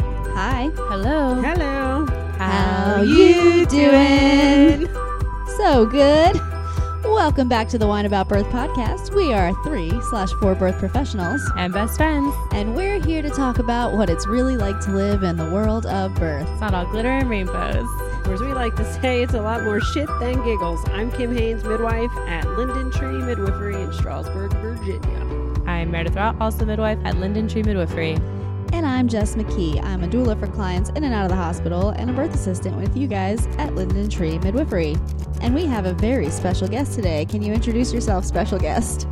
Hi. Hello. Hello. How you doing? So good. Welcome back to the Wine About Birth podcast. We are three slash four birth professionals, And best friends. and we're here to talk about what it's really like to live in the world of birth. It's not all glitter and rainbows. Or as we like to say, it's a lot more shit than giggles. I'm Kim Haynes, midwife at Linden Tree Midwifery in Strasburg, Virginia. I'm Meredith Rott, also midwife at Linden Tree Midwifery. And I'm Jess McKee. I'm a doula for clients in and out of the hospital and a birth assistant with you guys at Linden Tree Midwifery. And we have a very special guest today. Can you introduce yourself, special guest?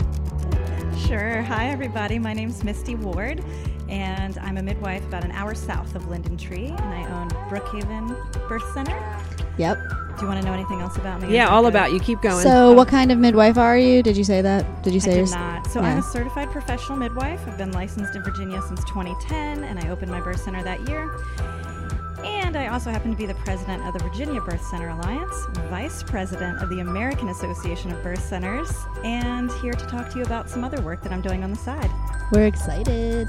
Sure. Hi, everybody. My name's Misty Ward, and I'm a midwife about an hour south of Linden Tree, and I own Brookhaven Birth Center. Yep. Do you want to know anything else about me? Yeah, all about you. Keep going. So, what kind of midwife are you? Did you say that? Did you I say did yours- not. So Yeah. I'm a certified professional midwife. I've been licensed in Virginia since 2010, and I opened my birth center that year. And I also happen to be the president of the Virginia Birth Center Alliance, vice president of the American Association of Birth Centers, and here to talk to you about some other work that I'm doing on the side. We're excited.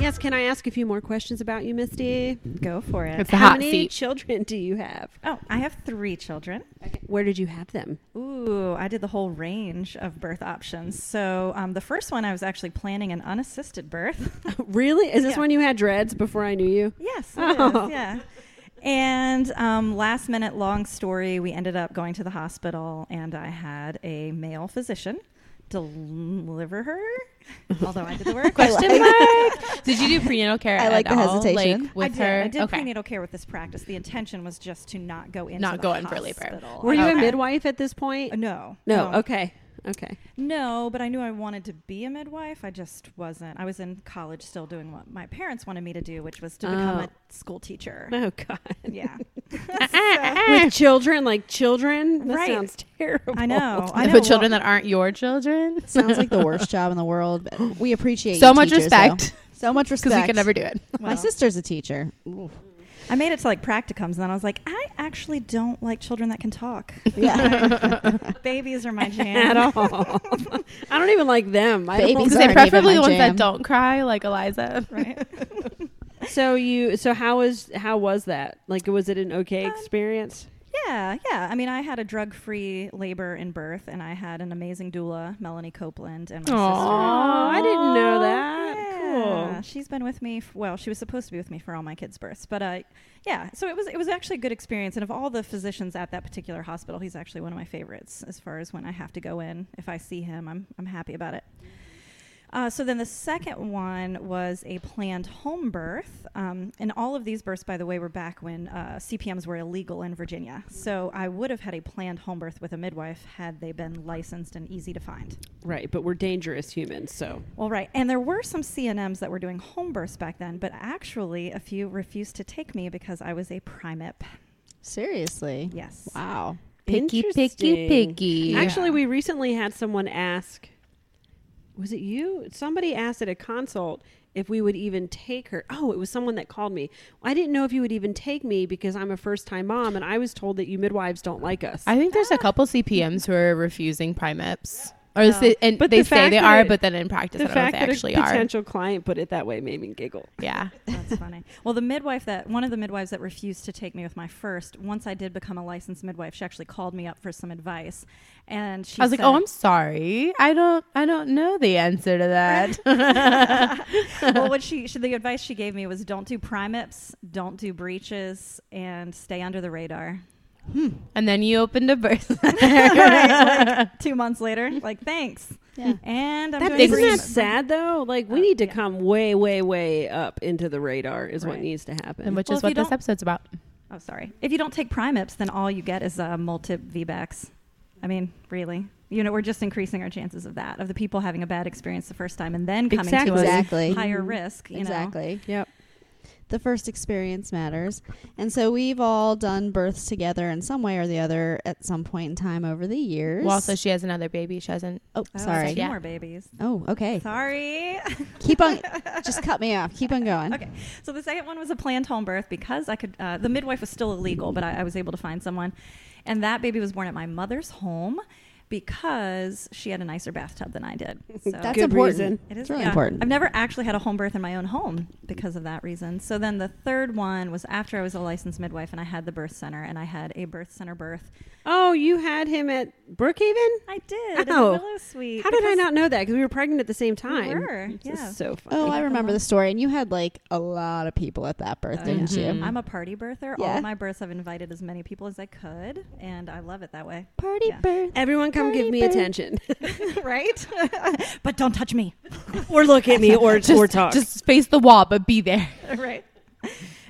yes, can I ask a few more questions about you, Misty? Go for it. It's the How hot many seat. children do you have? Oh, I have three children. Where did you have them? Ooh, I did the whole range of birth options. So um, the first one, I was actually planning an unassisted birth. really? Is this Yeah. when you had dreads before I knew you? yes, it is, Oh. yeah. And um, last minute, long story, we ended up going to the hospital, and I had a male physician deliver her. Although I did the work. Question mark. Did you do prenatal care? I like at the all? hesitation. Like, with I did. her. I did okay. prenatal care with this practice. The intention was just to not go into Not the go in for labor. hospital. Were you a Okay. midwife at this point? Uh, No. No. Okay. Okay. No, but I knew I wanted to be a midwife. I just wasn't. I was in college still doing what my parents wanted me to do, which was to become Oh. a school teacher. Oh God. yeah. With children, like children. That Right. sounds terrible. I know. I But know. children Well, that aren't your children. Sounds like the worst job in the world. But we appreciate So you much teachers, respect. though. So much respect. Because we can never do it. My sister's a teacher. I made it to like practicums, and then I was like, I actually don't like children that can talk. Yeah, Babies are my At jam. all. I don't even like them. I don't- Babies Because they aren't even preferably my the ones jam. that don't cry, like Eliza. Right? So you so how is how was that? Like was it an okay Um, experience? Yeah, yeah. I mean, I had a drug-free labor and birth, and I had an amazing doula, Melanie Copeland, and my Aw. sister. Oh, I didn't know that. Yeah, Cool. She's been with me. F- well, she was supposed to be with me for all my kids' births, but uh, yeah. So it was it was actually a good experience. And of all the physicians at that particular hospital, he's actually one of my favorites. As far as when I have to go in, if I see him, I'm I'm happy about it. Uh, so then the second one was a planned home birth. Um, and all of these births, by the way, were back when uh, CPMs were illegal in Virginia. So I would have had a planned home birth with a midwife had they been licensed and easy to find. Right, but we're dangerous humans, so Well, right. And there were some CNMs that were doing home births back then, but actually a few refused to take me because I was a primip. seriously. Yes. Wow. Picky, picky, Interesting. picky. Actually, we recently had someone ask was it you? Somebody asked at a consult if we would even take her. Oh, it was someone that called me. I didn't know if you would even take me because I'm a first-time mom and I was told that you midwives don't like us. I think there's a couple CPMs who are refusing primips. Or they- and But they the say fact they that are, it- but then in practice, I the don't know if fact they that actually a are. potential client put it that way made me giggle. Yeah. That's funny. Well, the midwife that one of the midwives that refused to take me with my first, once I did become a licensed midwife, she actually called me up for some advice. And she I was said, like, "Oh, I'm sorry. I don't. I don't know the answer to that." well, what she, she the advice she gave me was don't do primips, don't do breaches, and stay under the radar. and then you opened a birth. Two months later, like thanks. Yeah. And I'm That, doing isn't breaches. that sad though? Like we Uh, need to yeah. come way, way, way up into the radar is what Right. needs to happen. and which Well, is if you what this don't- episode's about. Oh, sorry. If you don't take Primips, then all you get is uh, multi VBACs. I mean, really. You know, we're just increasing our chances of that, of the people having a bad experience the first time and then coming Exactly. to a Exactly. higher risk. You exactly. Yep. The first experience matters. And so we've all done births together in some way or the other at some point in time over the years. Well, also she has another baby. She hasn't. oh, Know. Oh, sorry. Two Yeah. more babies. Oh, okay. Sorry. Keep on. Just cut me off. Keep on going. Okay. So the second one was a planned home birth because I could, uh, the midwife was still illegal, but I, I was able to find someone. And that baby was born at my mother's home because she had a nicer bathtub than I did. So That's Good important. reason. it It's really yeah. important. I've never actually had a home birth in my own home because of that reason. So then the third one was after I was a licensed midwife and I had the birth center and I had a birth center birth. Oh, you had him at Brookhaven? I did Oh. in the Willow Suite. How did I because- not know that? Because we were pregnant at the same time. were, This is yeah. so funny. Oh, I remember mom. the story. And you had like a lot of people at that birth, Oh, didn't yeah. you? Mhm. I'm a party birther. Yeah. All my births, I've invited as many people as I could, and I love it that way. Party Yeah. birth. Everyone, come give Party me bird. attention, right? but don't touch me. or look at me, or or talk. Just face the wall, but be there. right.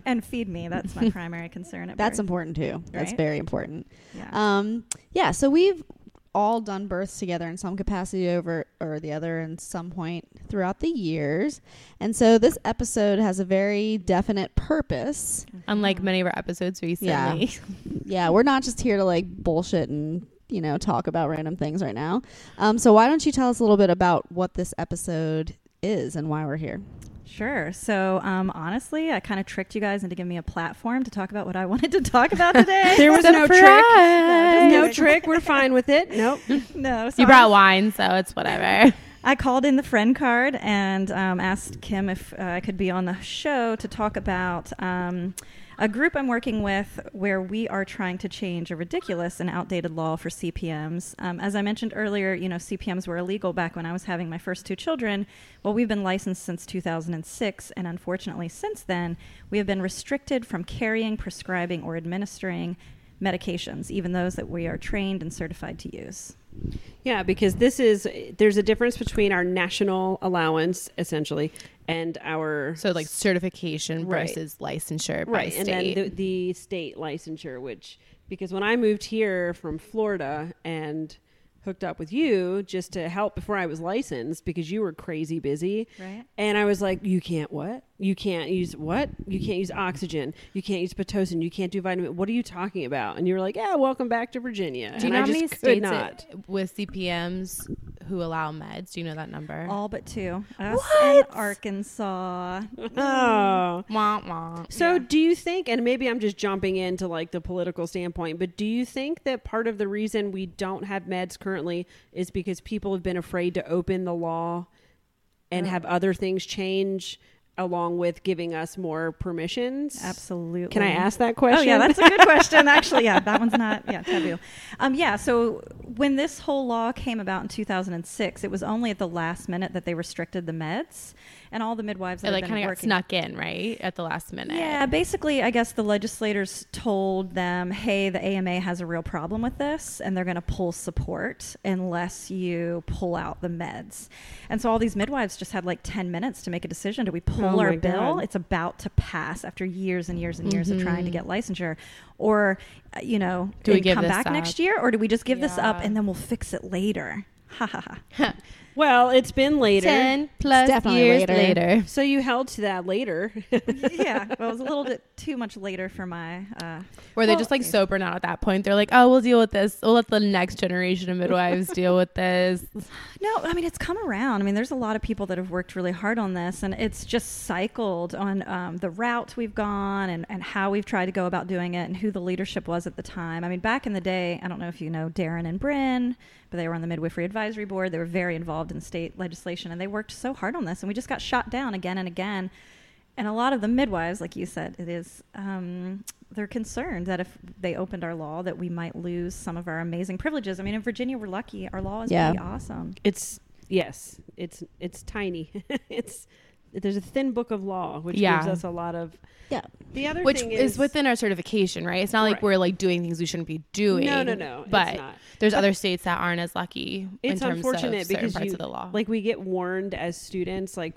And feed me. That's my primary concern. At That's birth. important too. That's Right? very important. yeah. Um, yeah, so we've all done births together in some capacity over or the other in some point throughout the years. And so this episode has a very definite purpose. Mm-hmm. Mm-hmm. Unlike many of our episodes Yeah. recently. Yeah, we're not just here to like bullshit and, you know, talk about random things right now. Um, so why don't you tell us a little bit about what this episode is and why we're here? Sure. So, um, honestly, I kind of tricked you guys into giving me a platform to talk about what I wanted to talk about today. there was no trick. No, No just trick. We're fine with it. Nope. no, so You brought wine, so it's whatever. I called in the friend card and um, asked Kim if uh, I could be on the show to talk about um, a group I'm working with where we are trying to change a ridiculous and outdated law for CPMs. Um, as I mentioned earlier, you know, CPMs were illegal back when I was having my first two children. Well, we've been licensed since 2006, and unfortunately, since then, we have been restricted from carrying, prescribing, or administering medications, even those that we are trained and certified to use. Yeah, because this is there's a difference between our national allowance essentially and our So like certification Right. versus licensure by right, state. and then the, the state licensure, which because when I moved here from Florida and hooked up with you just to help before I was licensed because you were crazy busy. Right. And I was like, you can't what? You can't use what? You can't use oxygen. You can't use pitocin. You can't do vitamin. What are you talking about? And you were like, yeah, welcome back to Virginia. do you and know I how just many could states not. it- with CPMs who allow meds? Do you know that number? All but two. Us and Arkansas. oh. Wah, wah. So, do you think, and maybe I'm just jumping into like the political standpoint, but do you think that part of the reason we don't have meds currently is because people have been afraid to open the law and have other things change along with giving us more permissions? Absolutely. Can I ask that question? Oh yeah, that's a good question. Actually, yeah, that one's not yeah taboo. Um, yeah, so when this whole law came about in 2006, it was only at the last minute that they restricted the meds and all the midwives. That It like kind of got snuck in, right? At the last minute. Yeah, basically, I guess the legislators told them, hey, the AMA has a real problem with this, and they're going to pull support unless you pull out the meds. And so all these midwives just had like 10 minutes to make a decision. Do we pull Oh my our bill? God. It's about to pass after years and years and years of trying to get licensure. Or, uh, you know, Do we and give come this back next up? year? Or do we just give this up Yeah. and then we'll fix it later? Ha ha ha. well, it's been later. Ten plus definitely years later. later. So, you held to that later. yeah, well, it was a little bit too much later for my. Uh, Were they Well, just like sober now at that point? They're like, oh, we'll deal with this. We'll let the next generation of midwives deal with this. No, I mean it's come around. I mean, there's a lot of people that have worked really hard on this, and it's just cycled on um, the route we've gone and, and how we've tried to go about doing it, and who the leadership was at the time. I mean, back in the day, I don't know if you know Darren and Bryn, but they were on the midwifery advisory board. They were very involved in state legislation, and they worked so hard on this, and we just got shot down again and again. And a lot of the midwives, like you said, it is um, they're concerned that if they opened our law, that we might lose some of our amazing privileges. I mean, in Virginia, we're lucky; our law is Yeah. pretty awesome. it's, yes, it's, it's tiny. it's, there's a thin book of law, which Yeah. gives us a lot of. Yeah. The other Which thing is, within our certification, right? It's not like Right. we're like doing things we shouldn't be doing. No, no, no. But it's not. there's other states that aren't as lucky in It's terms unfortunate of certain because parts you, of the law. like we get warned as students, like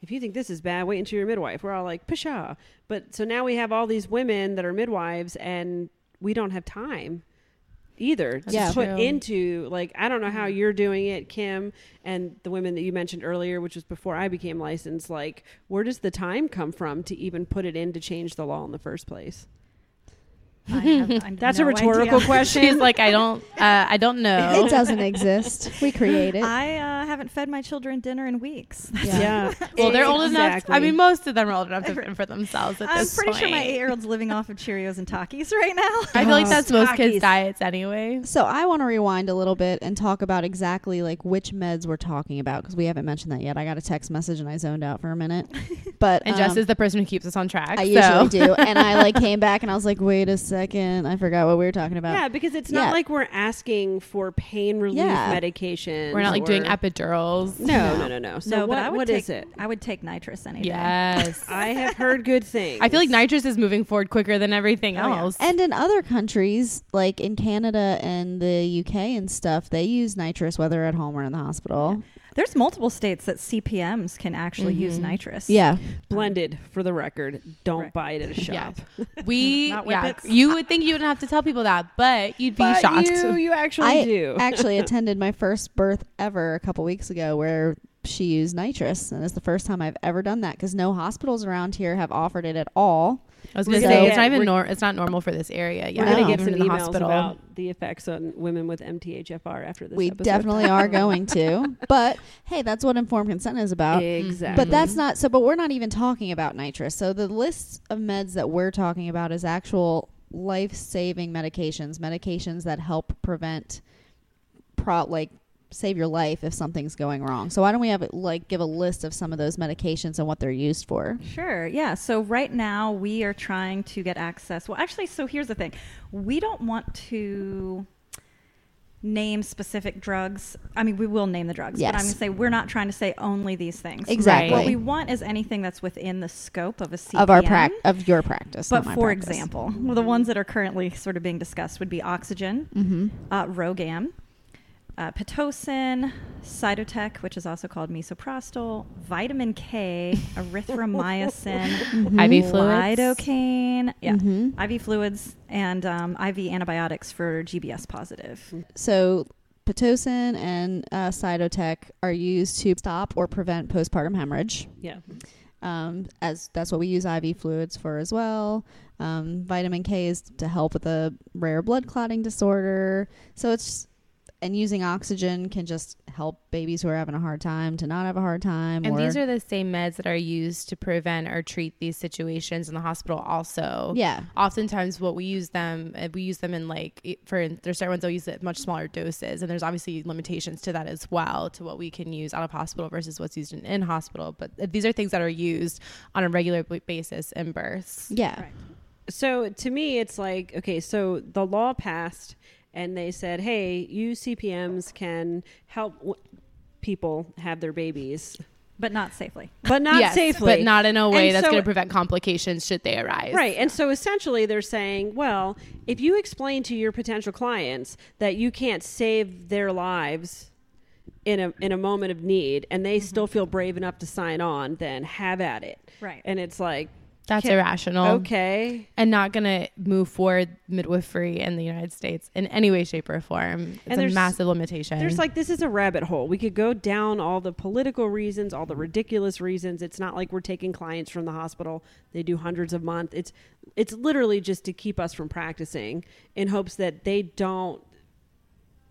if you think this is bad, wait until your midwife. We're all like, pshaw. But so now we have all these women that are midwives, and we don't have time either to Yeah. true. put Mm-hmm. into like I don't know how you're doing it, Kim, and the women that you mentioned earlier, which was before I became licensed. Like, where does the time come from to even put it in to change the law in the first place? I have, I have That's a no rhetorical idea. question. She's like, I don't, uh, I don't know. It doesn't exist. We create it. Oh. I uh, haven't fed my children dinner in weeks. yeah. Well, they're old Exactly. enough. I mean, most of them are old enough to fend for themselves at I'm this pretty sure my point. eight-year-old's living off of Cheerios and Takis right now. I feel like Oh. that's most kids' Takis. diets anyway. So I want to rewind a little bit and talk about exactly like which meds we're talking about because we haven't mentioned that yet. I got a text message and I zoned out for a minute, but And um, Jess is the person who keeps us on track. I so. usually do, and I like came back and I was like, wait a second, I forgot what we were talking about. yeah, because it's Yeah. not like we're asking for pain relief Yeah. medication. We're not like doing or- epidurals. No, no, no, no. So no, what, but I would what take, is it? I would take nitrous any day. Yes. I have heard good things. I feel like nitrous is moving forward quicker than everything Oh, yeah. else. And in other countries, like in Canada and the UK and stuff, they use nitrous whether at home or in the hospital. There's multiple states that CPMs can actually use nitrous. Yeah. blended for the record. Don't Right. buy it at a shop. Yes. We, Not yeah, whippets. you would think you wouldn't have to tell people that, but you'd be But shocked. You, you actually I do. actually attended my first birth ever a couple weeks ago where she used nitrous, and it's the first time I've ever done that because no hospitals around here have offered it at all. I was We're gonna gonna say it's get- not even we're- nor- it's not normal for this area. Yeah, We're gonna No. get Even some in the emails hospital. about the effects on women with MTHFR after this. we episode. definitely are going to, but hey, that's what informed consent is about. exactly. But Mm-hmm. that's not so. But we're not even talking about nitrous. So the list of meds that we're talking about is actual life-saving medications, medications that help prevent, pro like save your life if something's going wrong. So why don't we have it like give a list of some of those medications and what they're used for? Sure. Yeah. So right now we are trying to get access. Well, actually, so here's the thing: we don't want to name specific drugs. I mean, we will name the drugs, but I'm Yes. going to say we're not trying to say only these things. Exactly. What we want is anything that's within the scope of a CPM. Of our prac of your practice, But not my for practice. example, well, the ones that are currently sort of being discussed would be oxygen, Mhm. uh, Rogam, uh, Pitocin, Cytotec, which is also called misoprostol, vitamin K, erythromycin, Mm-hmm. IV fluids. lidocaine, Mm-hmm. yeah, Mhm. IV fluids, and um, IV antibiotics for GBS positive. So Pitocin and uh, Cytotec are used to stop or prevent postpartum hemorrhage. yeah. um, as that's what we use IV fluids for as well. Um, vitamin K is to help with a rare blood clotting disorder. So it's just, and using oxygen can just help babies who are having a hard time to not have a hard time. And or, these are the same meds that are used to prevent or treat these situations in the hospital. Also, yeah, oftentimes what we use them uh, we use them in like i- for there's certain ones that use it at much smaller doses and there's obviously limitations to that as well to what we can use out of hospital versus what's used in in hospital but uh, these are things that are used on a regular b- basis in births yeah, Right. So to me, it's like okay. So the law passed, and they said, "Hey, you CPMS can help w- people have their babies, But not safely. but not Yes, safely, but not in a way And that's so- going to prevent complications should they arise Right. And so essentially they're saying, well, if you explain to your potential clients that you can't save their lives in a in a moment of need and they still Mm-hmm. feel brave enough to sign on, then have at it. Right. And it's like, that's Can- irrational okay. and not going to move forward midwifery in the united states in any way shape or form it's a there's- massive limitation There's like this is a rabbit hole. We could go down all the political reasons, all the ridiculous reasons. It's not like we're taking clients from the hospital. They do hundreds a month. It's it's literally just to keep us from practicing in hopes that they don't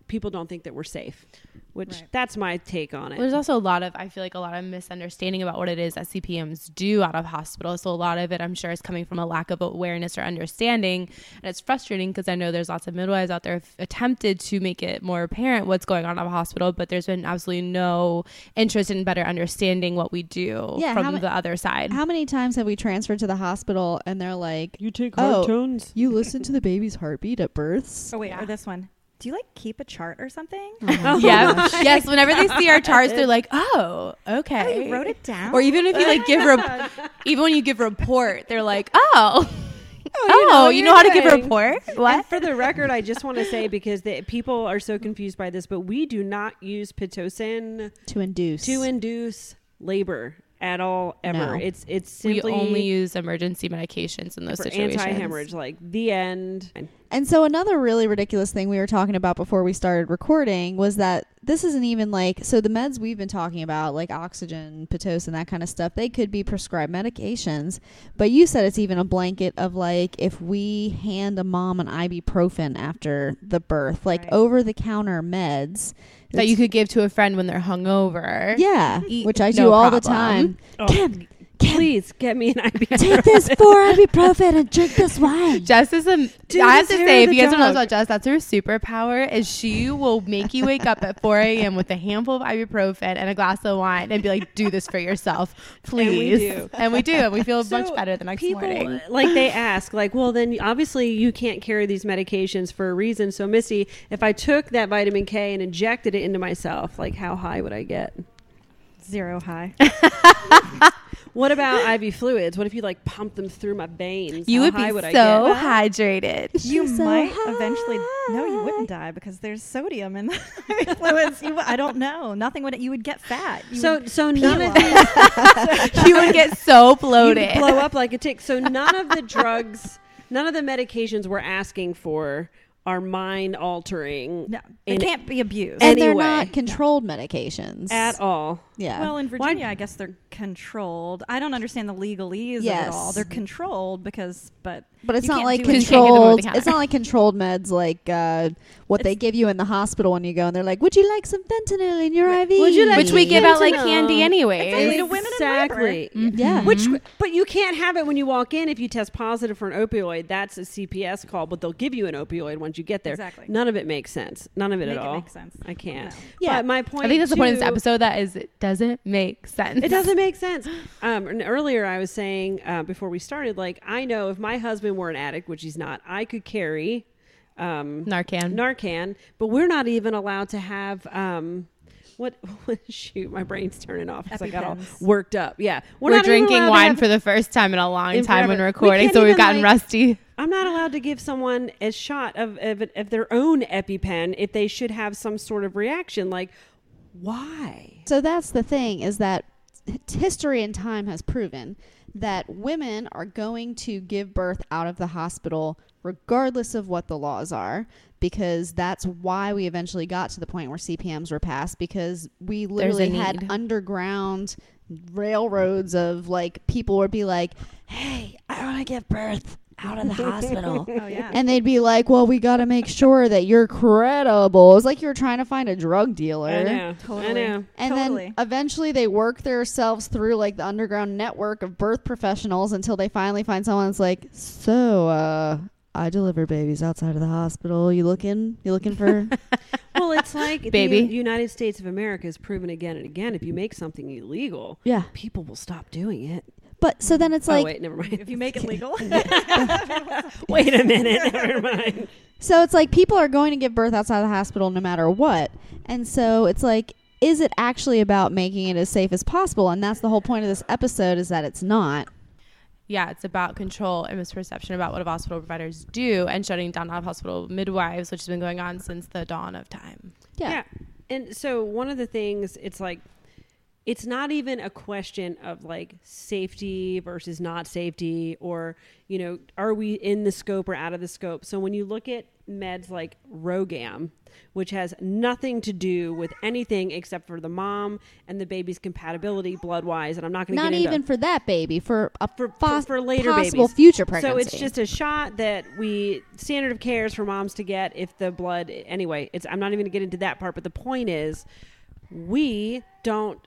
people don't think that we're safe. Which Right. that's my take on it. Well, there's also a lot of I feel like a lot of misunderstanding about what it is that CPMs do out of hospitals. So a lot of it, I'm sure, is coming from a lack of awareness or understanding, and it's frustrating because I know there's lots of midwives out there who've attempted to make it more apparent what's going on at a hospital, but there's been absolutely no interest in better understanding what we do Yeah, how from ma- the other side. How many times have we transferred to the hospital and they're like, you take hard Oh. tones. "You listen to the baby's heartbeat at births." Oh wait, Yeah. or this one. Do you like keep a chart or something? yeah. yes. Whenever they see our charts, they're like, "Oh, Oh, okay." you wrote it down. Or even if you like give rep- even when you give report, they're like, "Oh." you know Oh, what you you're know, how to give a doing. report? And for the record, I just want to say because the, people are so confused by this, but we do not use pitocin To induce. to induce labor at all ever. No. It's it's we simply only use emergency medications in those for situations. anti-hemorrhage, like the end. And so another really ridiculous thing we were talking about before we started recording was that this isn't even like so the meds we've been talking about like oxygen pitocin that kind of stuff they could be prescribed medications but you said it's even a blanket of like if we hand a mom an ibuprofen after the birth like Right. over the counter meds that you it's- could give to a friend when they're hungover. yeah eat, which i do no all the problem. time Ken, Ken, Oh, Please get me an IV. take this four ibuprofen and drink this wine Jess is a. Dude, I have this to hair say, of if you the guys don't know dog. about Jess, that's her superpower. Is she will make you wake up at 4 a.m. with a handful of ibuprofen and a glass of wine and be like, "Do this for yourself, please." do. And we do, and we feel So much better the next people, morning. Like they ask, like, well, then obviously you can't carry these medications for a reason. So, Missy, if I took that vitamin K and injected it into myself, like, how high would I get? Zero high. What about IV fluids? What if you like pump them through my veins? You How would be high would I so get? hydrated. you She's so might eventually. No, high. you wouldn't die because there's sodium in the fluids. You, I don't know. Nothing would. You would get fat. You So, would so pee none a of lot. these you would get so bloated. you blow up like a tick. So none of the drugs, none of the medications we're asking for are mind altering. No, they in- can't be abused. and they're Anyway. not controlled medications at all. yeah Well, in Virginia, I guess they're controlled. I don't understand the legalese of Yes. it all. They're controlled because, but But it's you not can't like do anything. You can't get them over controlled. the counter. It's not like controlled meds, like uh, what they give you in the hospital when you go, and they're like, "Would you like some fentanyl in your IV?" Would you like which we Yeah. give out like Fentanyl. candy anyway. Exactly. Only to women in labor. Exactly. Mm-hmm. Yeah. Which, but you can't have it when you walk in if you test positive for an opioid. That's a CPS call, but they'll give you an opioid once you get there. Exactly. None of it makes sense. None of it Make at it all. make sense. I can't. No. Yeah. But my point. I think that's the point of this too- episode. That is, it doesn't make sense. It doesn't make sense. Um, and earlier, I was saying uh, before we started, like I know if my husband were an addict, which he's not, I could carry um, Narcan. Narcan, but we're not even allowed to have um what shoot, my brain's turning off because I got all EpiPens. worked up. Yeah. We're, not even allowed drinking to wine have- for the first time in a long in time when forever. We recording, can't so we've even, gotten like- rusty. I'm not allowed to give someone a shot of, of of their own EpiPen if they should have some sort of reaction. Like, why? So that's the thing is that h- history and time has proven that women are going to give birth out of the hospital regardless of what the laws are because that's why we eventually got to the point where CPMs were passed because we literally had need. underground railroads of like people would be like, "Hey, I want to give birth out of the hospital." Oh yeah. And they'd be like, "Well, we got to make sure that you're credible." It's like you were trying to find a drug dealer. I know. I Totally. know. And Totally. then eventually they work themselves through like the underground network of birth professionals until they finally find someone that's like, so uh I deliver babies outside of the hospital. You looking? You looking for? Well, it's like Baby. the U- United States of America has proven again and again. If you make something illegal, yeah. people will stop doing it. But so then it's like, oh wait, never mind. if you make it legal, wait a minute, never mind. so it's like people are going to give birth outside of the hospital no matter what. And so it's like, is it actually about making it as safe as possible? And that's the whole point of this episode is that it's not. yeah, it's about control and misperception about what hospital providers do and shutting down out of hospital midwives, which has been going on since the dawn of time. Yeah. And so one of the things it's like it's not even a question of like safety versus not safety or you know are we in the scope or out of the scope. So when you look at meds like Rogam which has nothing to do with anything except for the mom and the baby's compatibility blood wise and I'm not going to Not get into even for that baby, for a for, pos- for later possible babies. future pregnancy. So it's just a shot that we standard of care is for moms to get if the blood. Anyway, it's I'm not even going to get into that part, but the point is, we don't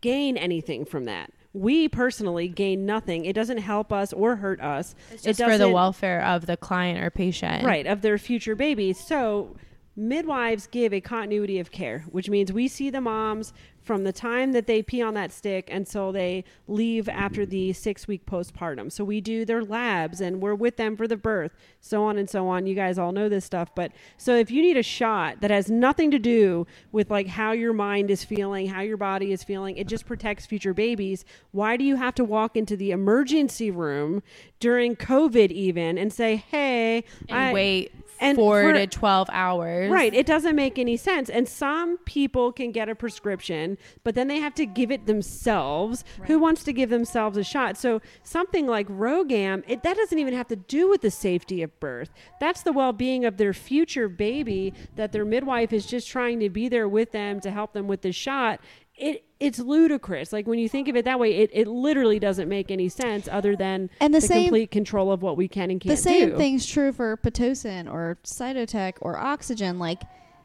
gain anything from that. We personally gain nothing. It doesn't help us or hurt us. It's it just for the doesn't- welfare of the client or patient. right of their future babies so midwives give a continuity of care which means we see the moms from the time that they pee on that stick until they leave after the six week postpartum so we do their labs and we're with them for the birth so on and so on you guys all know this stuff but so if you need a shot that has nothing to do with like how your mind is feeling how your body is feeling it just protects future babies why do you have to walk into the emergency room during covid even and say hey And I- wait And four for- to twelve hours. Right. It doesn't make any sense. And some people can get a prescription, but then they have to give it themselves. Who wants to give themselves a shot? So something like Rogam, it, that doesn't even have to do with the safety of birth. That's the well being of their future baby that their midwife is just trying to be there with them to help them with the shot. It, it's ludicrous. Like when you think of it that way, it, it literally doesn't make any sense other than And the same- complete control of what we can and can't the same do. thing's true for pitocin or cytotec or oxygen like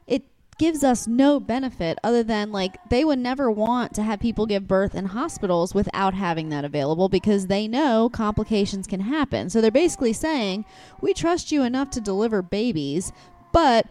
it gives us no benefit other than like they would never want to have people give birth in hospitals without having that available because they know complications can happen so they're basically saying we trust you enough to deliver babies but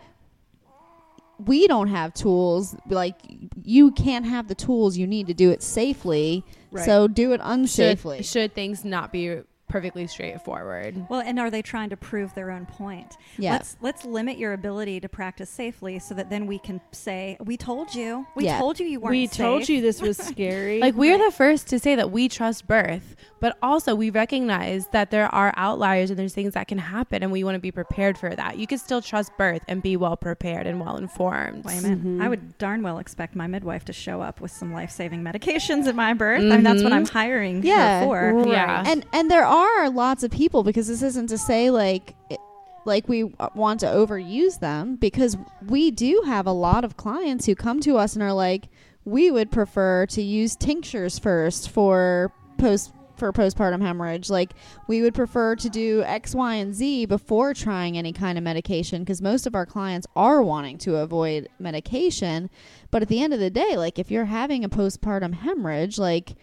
we don't have tools like you can't have the tools you need to do it safely Right. so do it Should, unsafely should things not be perfectly straightforward? Well, and are they trying to prove their own point? Yeah. Let's let's limit your ability to practice safely so that then we can say, "We told you. We Yeah. told you you weren't we safe." told you this was scary. Like we're the first to say that we trust birth, but also we recognize that there are outliers and there's things that can happen and we want to be prepared for that. You can still trust birth and be well prepared and well informed. Wait a minute. I would darn well expect my midwife to show up with some life-saving medications at my birth. I mean, that's what I'm hiring her Yeah. for. Yeah. and and there are lots of people because this isn't to say like it- like we want to overuse them because we do have a lot of clients who come to us and are like we would prefer to use tinctures first for post for postpartum hemorrhage like we would prefer to do x y and z before trying any kind of medication because most of our clients are wanting to avoid medication but at the end of the day like if you're having a postpartum hemorrhage like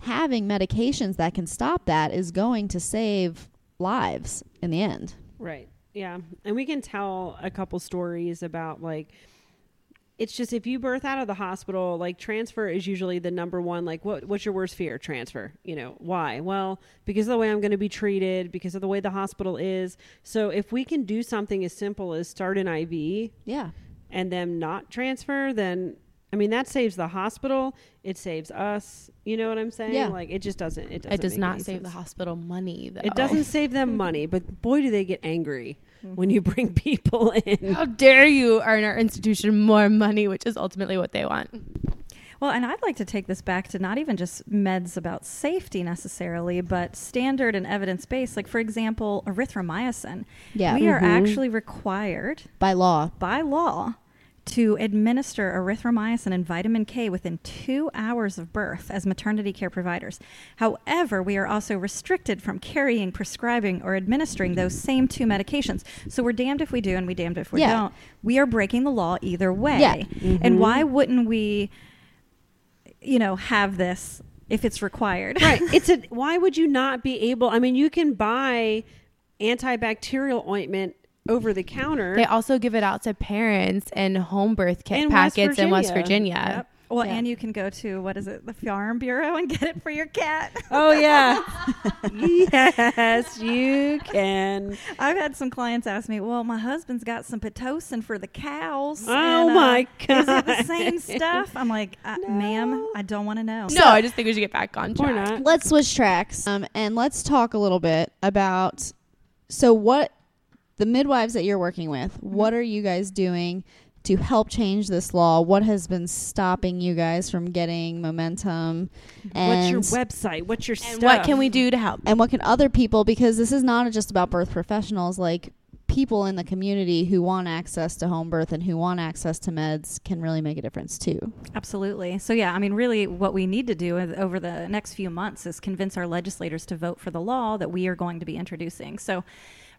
having medications that can stop that is going to save lives in the end. Right. Yeah. And we can tell a couple stories about like it's just if you birth out of the hospital, like transfer is usually the number one like what what's your worst fear? Transfer. You know, why? Well, because of the way I'm going to be treated, because of the way the hospital is. So if we can do something as simple as start an IV Yeah. and them not transfer, then I mean that saves the hospital, it saves us. You know what I'm saying? Yeah. Like it just doesn't it doesn't It does make not any save the sense. hospital money though. It doesn't save them money, but boy, do they get angry when you bring people in. How dare you earn our institution more money, which is ultimately what they want. Well, and I'd like to take this back to not even just meds about safety necessarily, but standard and evidence-based. Like for example, erythromycin. Yeah. We are actually required By law. by law to administer erythromycin and vitamin K within two hours of birth as maternity care providers. However, we are also restricted from carrying, prescribing, or administering those same two medications. So we're damned if we do and we damned if we Yeah. don't. We are breaking the law either way. Yeah. Mm-hmm. And why wouldn't we, you know, have this if it's required? right. It's a why would you not be able I mean, you can buy antibacterial ointment over the counter. They also give it out to parents and home birth kit In West packets in West Virginia. Virginia. Yep. Well, Yeah. and you can go to what is it, the Farm Bureau, and get it for your cat. Oh yeah. yes, you can. I've had some clients ask me, "Well, my husband's got some pitocin for the cows." Oh, and, uh, my Is it the God. same stuff? I'm like, uh, "Ma'am, I don't want to know." No, I just think we should get back on track. Or not. Let's switch tracks um, and let's talk a little bit about so what the midwives that you're working with, Mm-hmm. what are you guys doing to help change this law? What has been stopping you guys from getting momentum? What's And your website? What's your stuff? And what can we do to help? and what can other people because this is not just about birth professionals like people in the community who want access to home birth and who want access to meds can really make a difference too Absolutely. So yeah, I mean, really, what we need to do is- over the next few months is convince our legislators to vote for the law that we are going to be introducing. So.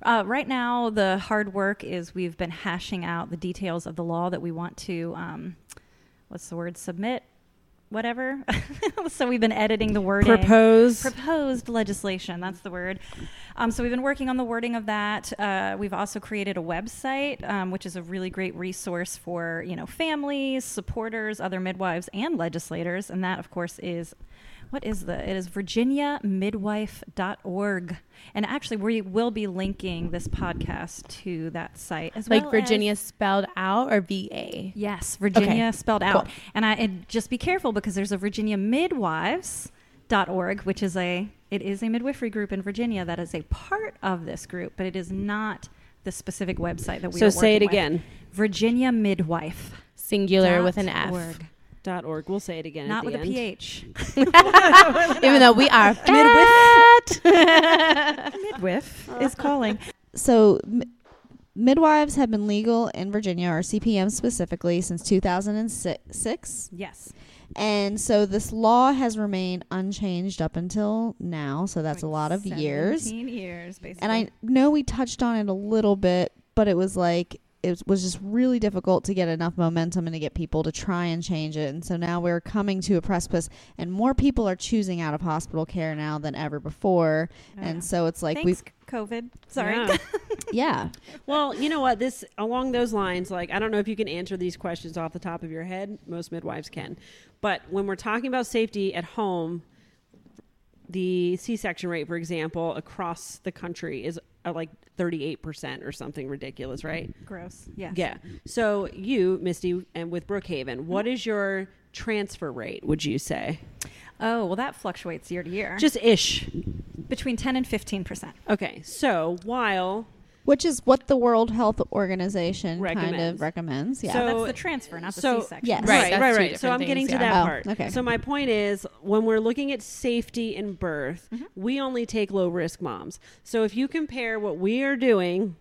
Uh, right now, the hard work is we've been hashing out the details of the law that we want to, um, what's the word, submit, whatever. so we've been editing the wording. propose? proposed legislation that's the word um, so we've been working on the wording of that uh, we've also created a website um, which is a really great resource for you know families supporters other midwives and legislators and that of course is what is the it is virginiamidwife.org and actually we will be linking this podcast to that site as Like well as- Virginia spelled out or V A? Yes, Virginia Okay, spelled out. cool. And I and just be careful because there's a Virginia Midwives dot org, which is a it is a midwifery group in Virginia that is a part of this group, but it is not the specific website that we so are say it working with. again. Virginia Midwife. Singular with an dot F. org. Dot org. We'll say it again. Not at with the a PH. Even though we are Midwif- fat. Midwiff is calling. So, m- midwives have been legal in Virginia, or CPM specifically, since 2006. Yes. And so this law has remained unchanged up until now. So that's a lot of years. 17 years, basically. And I know we touched on it a little bit, but it was like, it was just really difficult to get enough momentum and to get people to try and change it. And so now we're coming to a precipice, and more people are choosing out of hospital care now than ever before. Oh, yeah. And so it's like, Thanks, COVID. Sorry. Yeah. we've, yeah. Well, you know what? This along those lines, like I don't know if you can answer these questions off the top of your head. Most midwives can, but when we're talking about safety at home, the C-section rate, for example, across the country is uh, like thirty-eight percent or something ridiculous, right? Gross. Yes. Yeah. So you, Misty, and with Brookhaven, what is your transfer rate? Would you say Oh, well, that fluctuates year to year. just ish? between 10 and 15%. Okay. So while Which is what the World Health Organization kind Recommends. of recommends. Yeah. So- That's the transfer, not the so- C-section. Yes. Right, Right, that's right, two right. So different I'm things, getting to yeah. that Oh, part. okay. So my point is, when we're looking at safety in birth, Mm-hmm. we only take low risk moms. So if you compare what we are doing,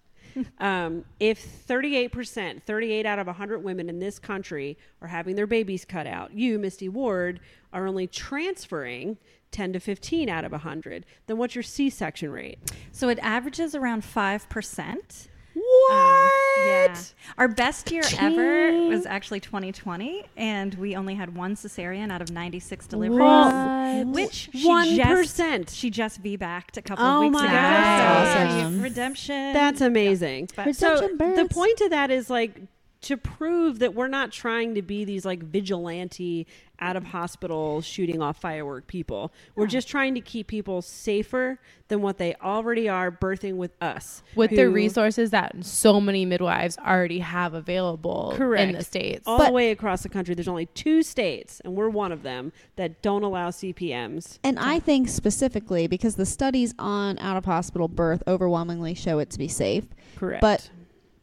um, if 38%, 38 out of 100 women in this country are having their babies cut out, you, Misty Ward, are only transferring 10 to 15 out of 100, then what's your C section rate? So it averages around 5%. What? Uh, Um, yeah. Our best year ever was actually 2020, and we only had one cesarean out of 96 deliveries. What? Which she One just- percent. She just be backed a couple Oh of weeks my ago. gosh. So Awesome. Redemption. That's amazing. But- so Redemption the birds. point of that is like to prove that we're not trying to be these like vigilante out of hospital shooting off firework people. We're just trying to keep people safer than what they already are birthing with us. With the who- resources that so many midwives already have available Correct. in the states. all the But- way across the country there's only two states and we're one of them that don't allow CPMs. And I think specifically because the studies on out of hospital birth overwhelmingly show it to be safe. Correct. But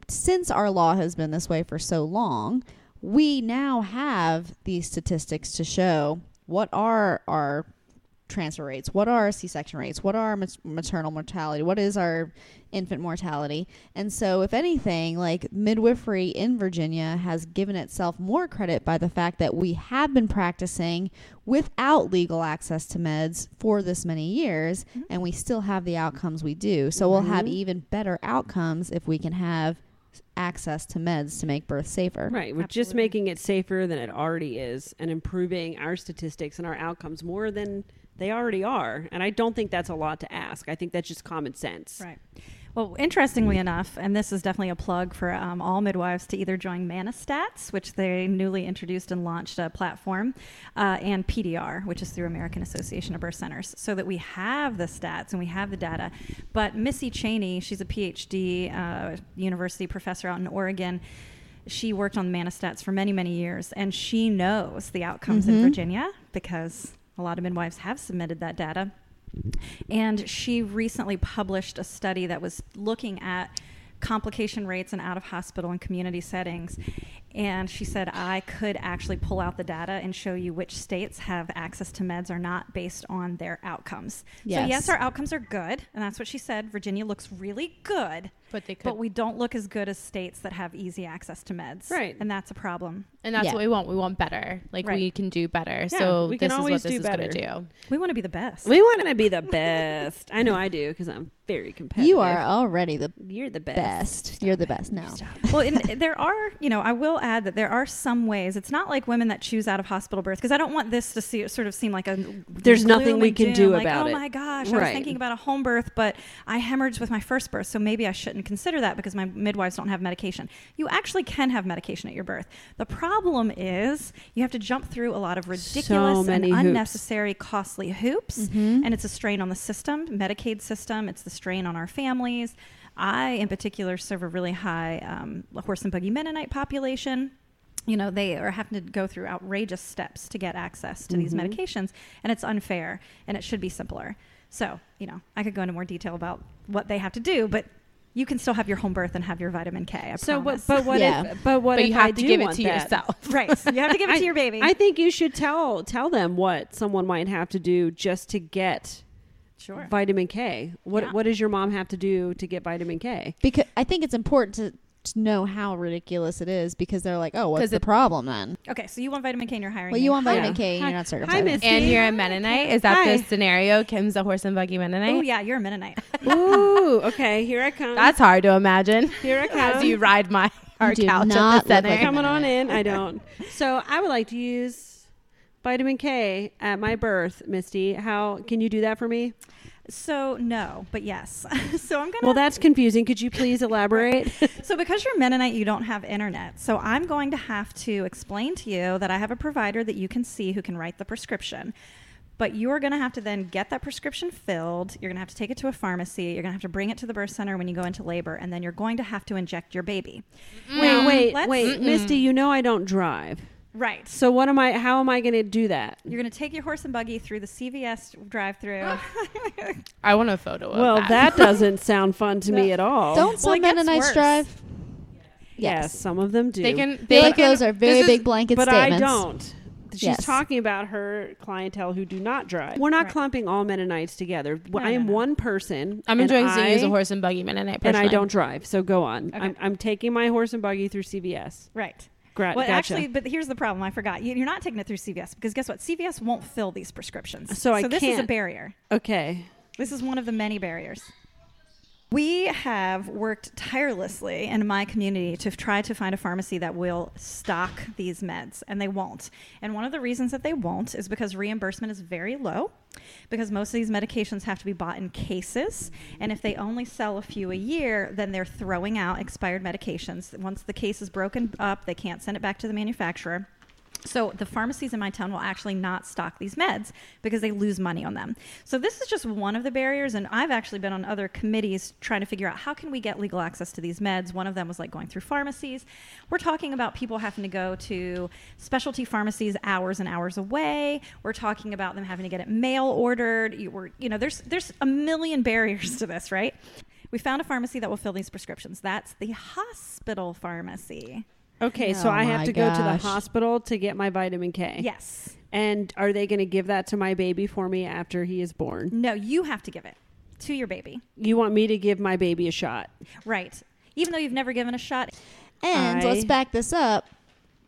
since our law has been this way for so long, we now have these statistics to show what are our transfer rates, what are our C-section rates, what are our mat- maternal mortality, what is our infant mortality. And so if anything, like midwifery in Virginia has given itself more credit by the fact that we have been practicing without legal access to meds for this many years and we still have the outcomes we do. So we'll have even better outcomes if we can have access to meds to make birth safer. Right. We're just Absolutely. making it safer than it already is and improving our statistics and our outcomes more than they already are. And I don't think that's a lot to ask. I think that's just common sense. Right. Well, interestingly enough, and this is definitely a plug for um, all midwives to either join Manistats, which they newly introduced and launched a platform, uh, and PDR, which is through American Association of Birth Centers, so that we have the stats and we have the data. But Missy Cheney, she's a PhD uh, university professor out in Oregon. She worked on Manistats for many, many years, and she knows the outcomes in Virginia because a lot of midwives have submitted that data. And she recently published a study that was looking at complication rates in out of hospital and community settings. And she said, I could actually pull out the data and show you which states have access to meds or not based on their outcomes. So, Yes. yes, our outcomes are good. And that's what she said. Virginia looks really good. But they could- but we don't look as good as states that have easy access to meds. Right. And that's a problem. And that's Yeah. what we want. We want better. Like Right. we can do better. Yeah, so we this can is always what this do is going better. to do. We want to be the best. We want to be the best. I know I do because I'm very competitive. You are already the You're the best. best. You're the best now. well, and there are, you know, I will add that there are some ways. It's not like women that choose out of hospital birth because I don't want this to see, sort of seem like a. There's gloom nothing we and can doom, do like, about Oh it." my gosh, I was Right. thinking about a home birth, but I hemorrhaged with my first birth, so maybe I shouldn't consider that because my midwives don't have medication. You actually can have medication at your birth. The problem is you have to jump through a lot of ridiculous and many hoops. Mm-hmm. unnecessary, costly hoops, Mm-hmm. and it's a strain on the system, Medicaid system. It's the strain on our families. I, in particular, serve a really high um, horse and buggy Mennonite population. You know, they are having to go through outrageous steps to get access to these Mm-hmm. medications, and it's unfair, and it should be simpler. So, you know, I could go into more detail about what they have to do, but you can still have your home birth and have your vitamin K. I So, what, promise. but what Yeah. if? But what but if you I have to do give it want to that? yourself. right, so you have to give it I- to your baby. I think you should tell tell them what someone might have to do just to get sure. vitamin K. What Yeah. what does your mom have to do to get vitamin K? Because I think it's important to, to know how ridiculous it is because they're like, oh, what's 'Cause the it- problem then? Okay, so you want vitamin K in your hiring. Well, you name. want vitamin Yeah. K and Hi- you're not hi, circumcised. Miss- And See? you're a Mennonite. Is that Hi. the scenario? Kim's a horse and buggy Oh Mennonite. yeah, you're a Mennonite. Ooh, okay, here I come. That's hard to imagine. here I As come. you ride my our do couch not at look the like center. a coming on in. I don't. So I would like to use vitamin K at my birth, Misty. How can you do that for me? so no, but yes. so I'm gonna. Well, that's confusing. Could you please elaborate? So, because you're Mennonite, you don't have internet. So, I'm going to have to explain to you that I have a provider that you can see who can write the prescription. But you're going to have to then get that prescription filled. You're going to have to take it to a pharmacy. You're going to have to bring it to the birth center when you go into labor. And then you're going to have to inject your baby. Wait, wait, Let's- wait, Misty. You know I don't drive. Right. So what am I? How am I going to do that? You're going to take your horse and buggy through the CVS drive through. I want a photo of Well, that. that doesn't sound fun to me No. at all. Don't Well, some it gets Mennonites worse. drive? Yes, some of them do. they can. I feel They like can- those are very this is- big blanket but statements. I don't. She's Yes. talking about her clientele who do not drive. We're not Right. clumping all Mennonites together. No, I no, am no. one person. I'm and enjoying seeing you as I- a horse and buggy Mennonite. and Personally. I don't drive. So go on. Okay. I'm, I'm taking my horse and buggy through CVS. right. Gra- Well, gotcha. actually, but here's the problem. I forgot. You- You're not taking it through CVS because guess what? CVS won't fill these prescriptions. So I this is a can't- barrier. okay. This is one of the many barriers. We have worked tirelessly in my community to try to find a pharmacy that will stock these meds, and they won't. And one of the reasons that they won't is because reimbursement is very low, because most of these medications have to be bought in cases. And if they only sell a few a year, then they're throwing out expired medications. Once the case is broken up, they can't send it back to the manufacturer. So the pharmacies in my town will actually not stock these meds because they lose money on them. So this is just one of the barriers and I've actually been on other committees trying to figure out how can we get legal access to these meds. One of them was like going through pharmacies. We're talking about people having to go to specialty pharmacies hours and hours away. We're talking about them having to get it mail ordered. You were you know there's there's a million barriers to this, right? We found a pharmacy that will fill these prescriptions. That's the hospital pharmacy. Okay, so Oh I have my to go to the gosh. hospital to get my vitamin K. Yes. And are they going to give that to my baby for me after he is born? No, you have to give it to your baby. You want me to give my baby a shot? Right. Even though you've never given a shot. And let's I- back this up.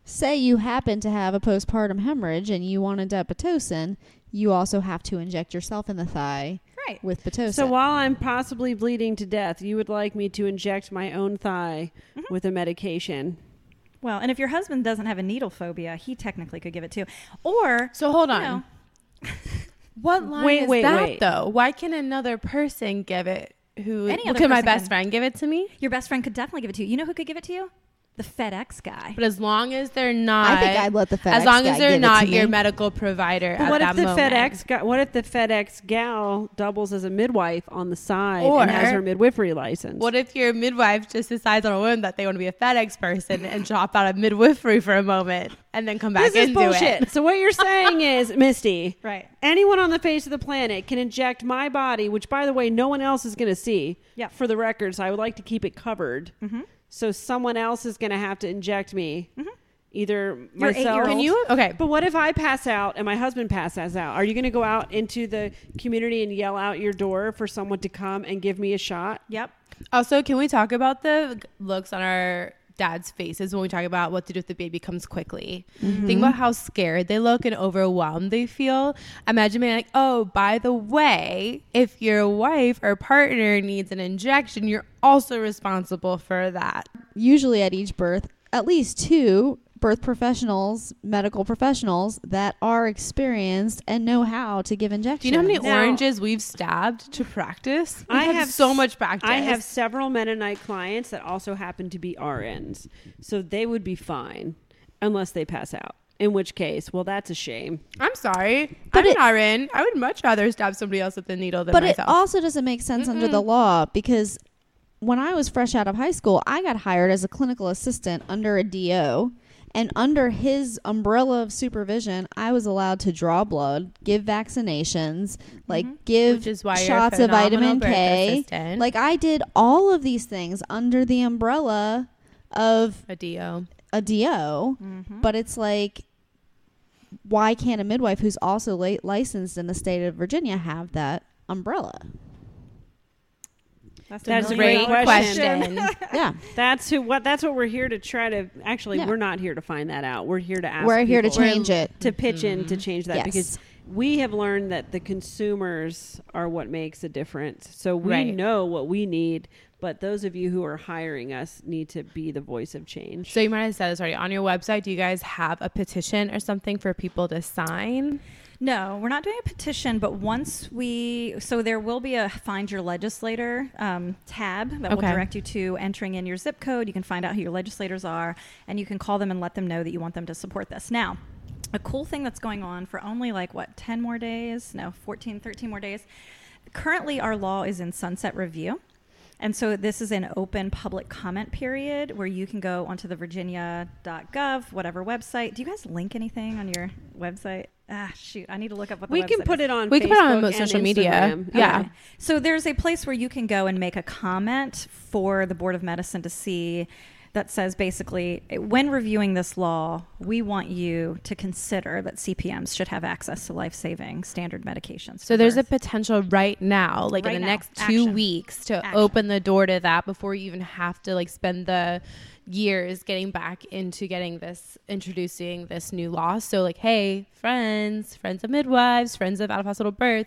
Say you happen to have a postpartum hemorrhage and you wanted Pitocin, you also have to inject yourself in the thigh Right. with Pitocin. So while I'm possibly bleeding to death, you would like me to inject my own thigh Mm-hmm. with a medication. Well, and if your husband doesn't have a needle phobia, he technically could give it too. Or So hold you on. know, What line Wait, is wait, that wait. though? Why can another person give it? Who Any well, other can my person best can. friend give it to me? your best friend could definitely give it to you. You know who could give it to you? The FedEx guy. But as long as they're not, I think I'd let the FedEx as long guy as they're give it not to your me. medical provider But at what that if the moment. FedEx got, what if the FedEx gal doubles as a midwife on the side Or- and has her midwifery license? What if your midwife just decides on a whim that they want to be a FedEx person and drop out of midwifery for a moment and then come back this is into bullshit. it? So what you're saying is, Misty, Right. Anyone on the face of the planet can inject my body, which by the way, no one else is going to see. Yeah. For the record, so I would like to keep it covered. Mm-hmm. So someone else is going to have to inject me, either Your myself. eight-year-old. Can you? Okay. But what if I pass out and my husband passes out? Are you going to go out into the community and yell out your door for someone to come and give me a shot? Yep. Also, can we talk about the looks on our dad's faces when we talk about what to do if the baby comes quickly? Think about how scared they look and overwhelmed they feel. Imagine being like, oh, by the way, if your wife or partner needs an injection, you're also responsible for that. usually at each birth, at least two birth professionals, medical professionals that are experienced and know how to give injections. Do you know how many Now- oranges we've stabbed to practice? We've had so s- much practice. I have several Mennonite clients that also happen to be RNs, so they would be fine unless they pass out. In which case, well, that's a shame. I'm sorry. But I'm it- not in. I would much rather stab somebody else with a needle than But myself. it also doesn't make sense under the law because when I was fresh out of high school, I got hired as a clinical assistant under a DO. And under his umbrella of supervision, I was allowed to draw blood, give vaccinations, like give Mm-hmm. Which is why you're a shots of phenomenal vitamin birth K. assistant. Like I did all of these things under the umbrella of a do. a DO, Mm-hmm. but it's like, why can't a midwife who's also la- licensed in the state of Virginia have that umbrella? That's, That's a million great dollar question. Yeah, That's who. What? That's what we're here to try to. Actually, Yeah. we're not here to find that out. We're here to ask. we're here to people change it. to pitch in to change that Yes. because we have learned that the consumers are what makes a difference. So we Right. know what we need, but those of you who are hiring us need to be the voice of change. So you might have said this already. On your website, do you guys have a petition or something for people to sign? No, we're not doing a petition, but once we, so there will be a find your legislator um, tab that will Okay. direct you to entering in your zip code. You can find out who your legislators are, and you can call them and let them know that you want them to support this. Now, a cool thing that's going on for only like what, 10 more days? No, 14, 13 more days. Currently, our law is in sunset review. And so this is an open public comment period where you can go onto the virginia.gov, whatever website. Do you guys link anything on your website? Ah, shoot. I need to look up what the we can website put is. it on. We can put it on Facebook most social and media. Instagram. Yeah. Okay. So there's a place where you can go and make a comment for the Board of Medicine to see that says basically when reviewing this law, we want you to consider that CPMs should have access to life-saving standard medications. So for there's a birth. potential right now, like Right in the now. next two Action. weeks, to Action. open the door to that before you even have to like spend the years getting back into getting this introducing this new law. So like, hey, friends, friends of midwives, friends of out of hospital birth,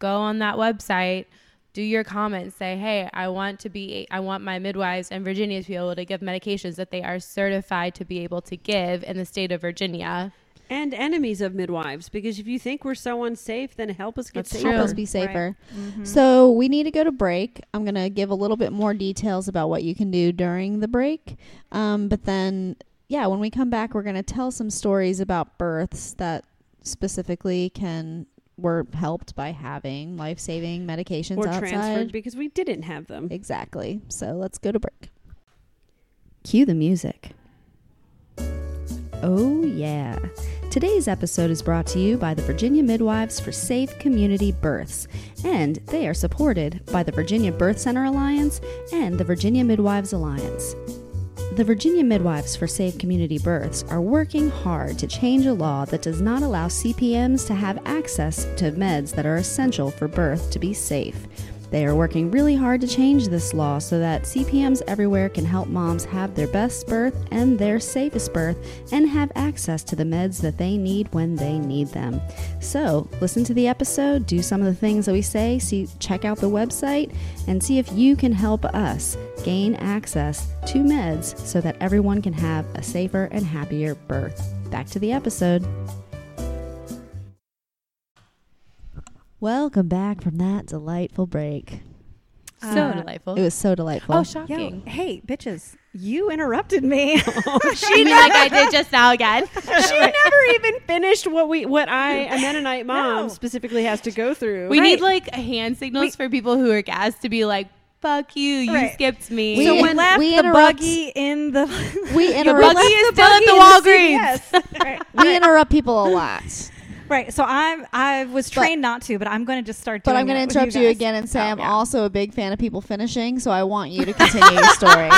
go on that website. Do your comments say, hey, I want to be, I want my midwives in Virginia to be able to give medications that they are certified to be able to give in the state of Virginia. And enemies of midwives, because if you think we're so unsafe, then help us get That's safer. true. Help us be safer. Mm-hmm. So we need to go to break. I'm going to give a little bit more details about what you can do during the break. Um, but then, yeah, when we come back, we're going to tell some stories about births that specifically can were helped by having life saving medications Or transferred outside. because we didn't have them. Exactly. So let's go to break. Cue the music. Oh, yeah. Today's episode is brought to you by the Virginia Midwives for Safe Community Births, and they are supported by the Virginia Birth Center Alliance and the Virginia Midwives Alliance. The Virginia Midwives for Safe Community Births are working hard to change a law that does not allow CPMs to have access to meds that are essential for birth to be safe. They are working really hard to change this law so that CPMs everywhere can help moms have their best birth and their safest birth and have access to the meds that they need when they need them. So, listen to the episode, do some of the things that we say, see check out the website and see if you can help us gain access to meds so that everyone can have a safer and happier birth. Back to the episode. Welcome back from that delightful break. So Uh, delightful. It was so delightful. oh, Yo, shocking. hey, bitches, you interrupted me. she like I did just now again. she never even finished what we what I a Mennonite mom No. specifically has to go through. We need like hand signals for people who are gassed to be like, "Fuck you, you Right. skipped me." We- so in- we left we the interrupt- buggy in the We buggy interrupt, is still at the Walgreens. Walgreens. right. we interrupt people a lot. Right. So I'm I was trained not to, but I'm going to just start. But doing I'm going it to with interrupt you, guys. again and say Oh, I'm yeah. also a big fan of people finishing, so I want you to continue your story.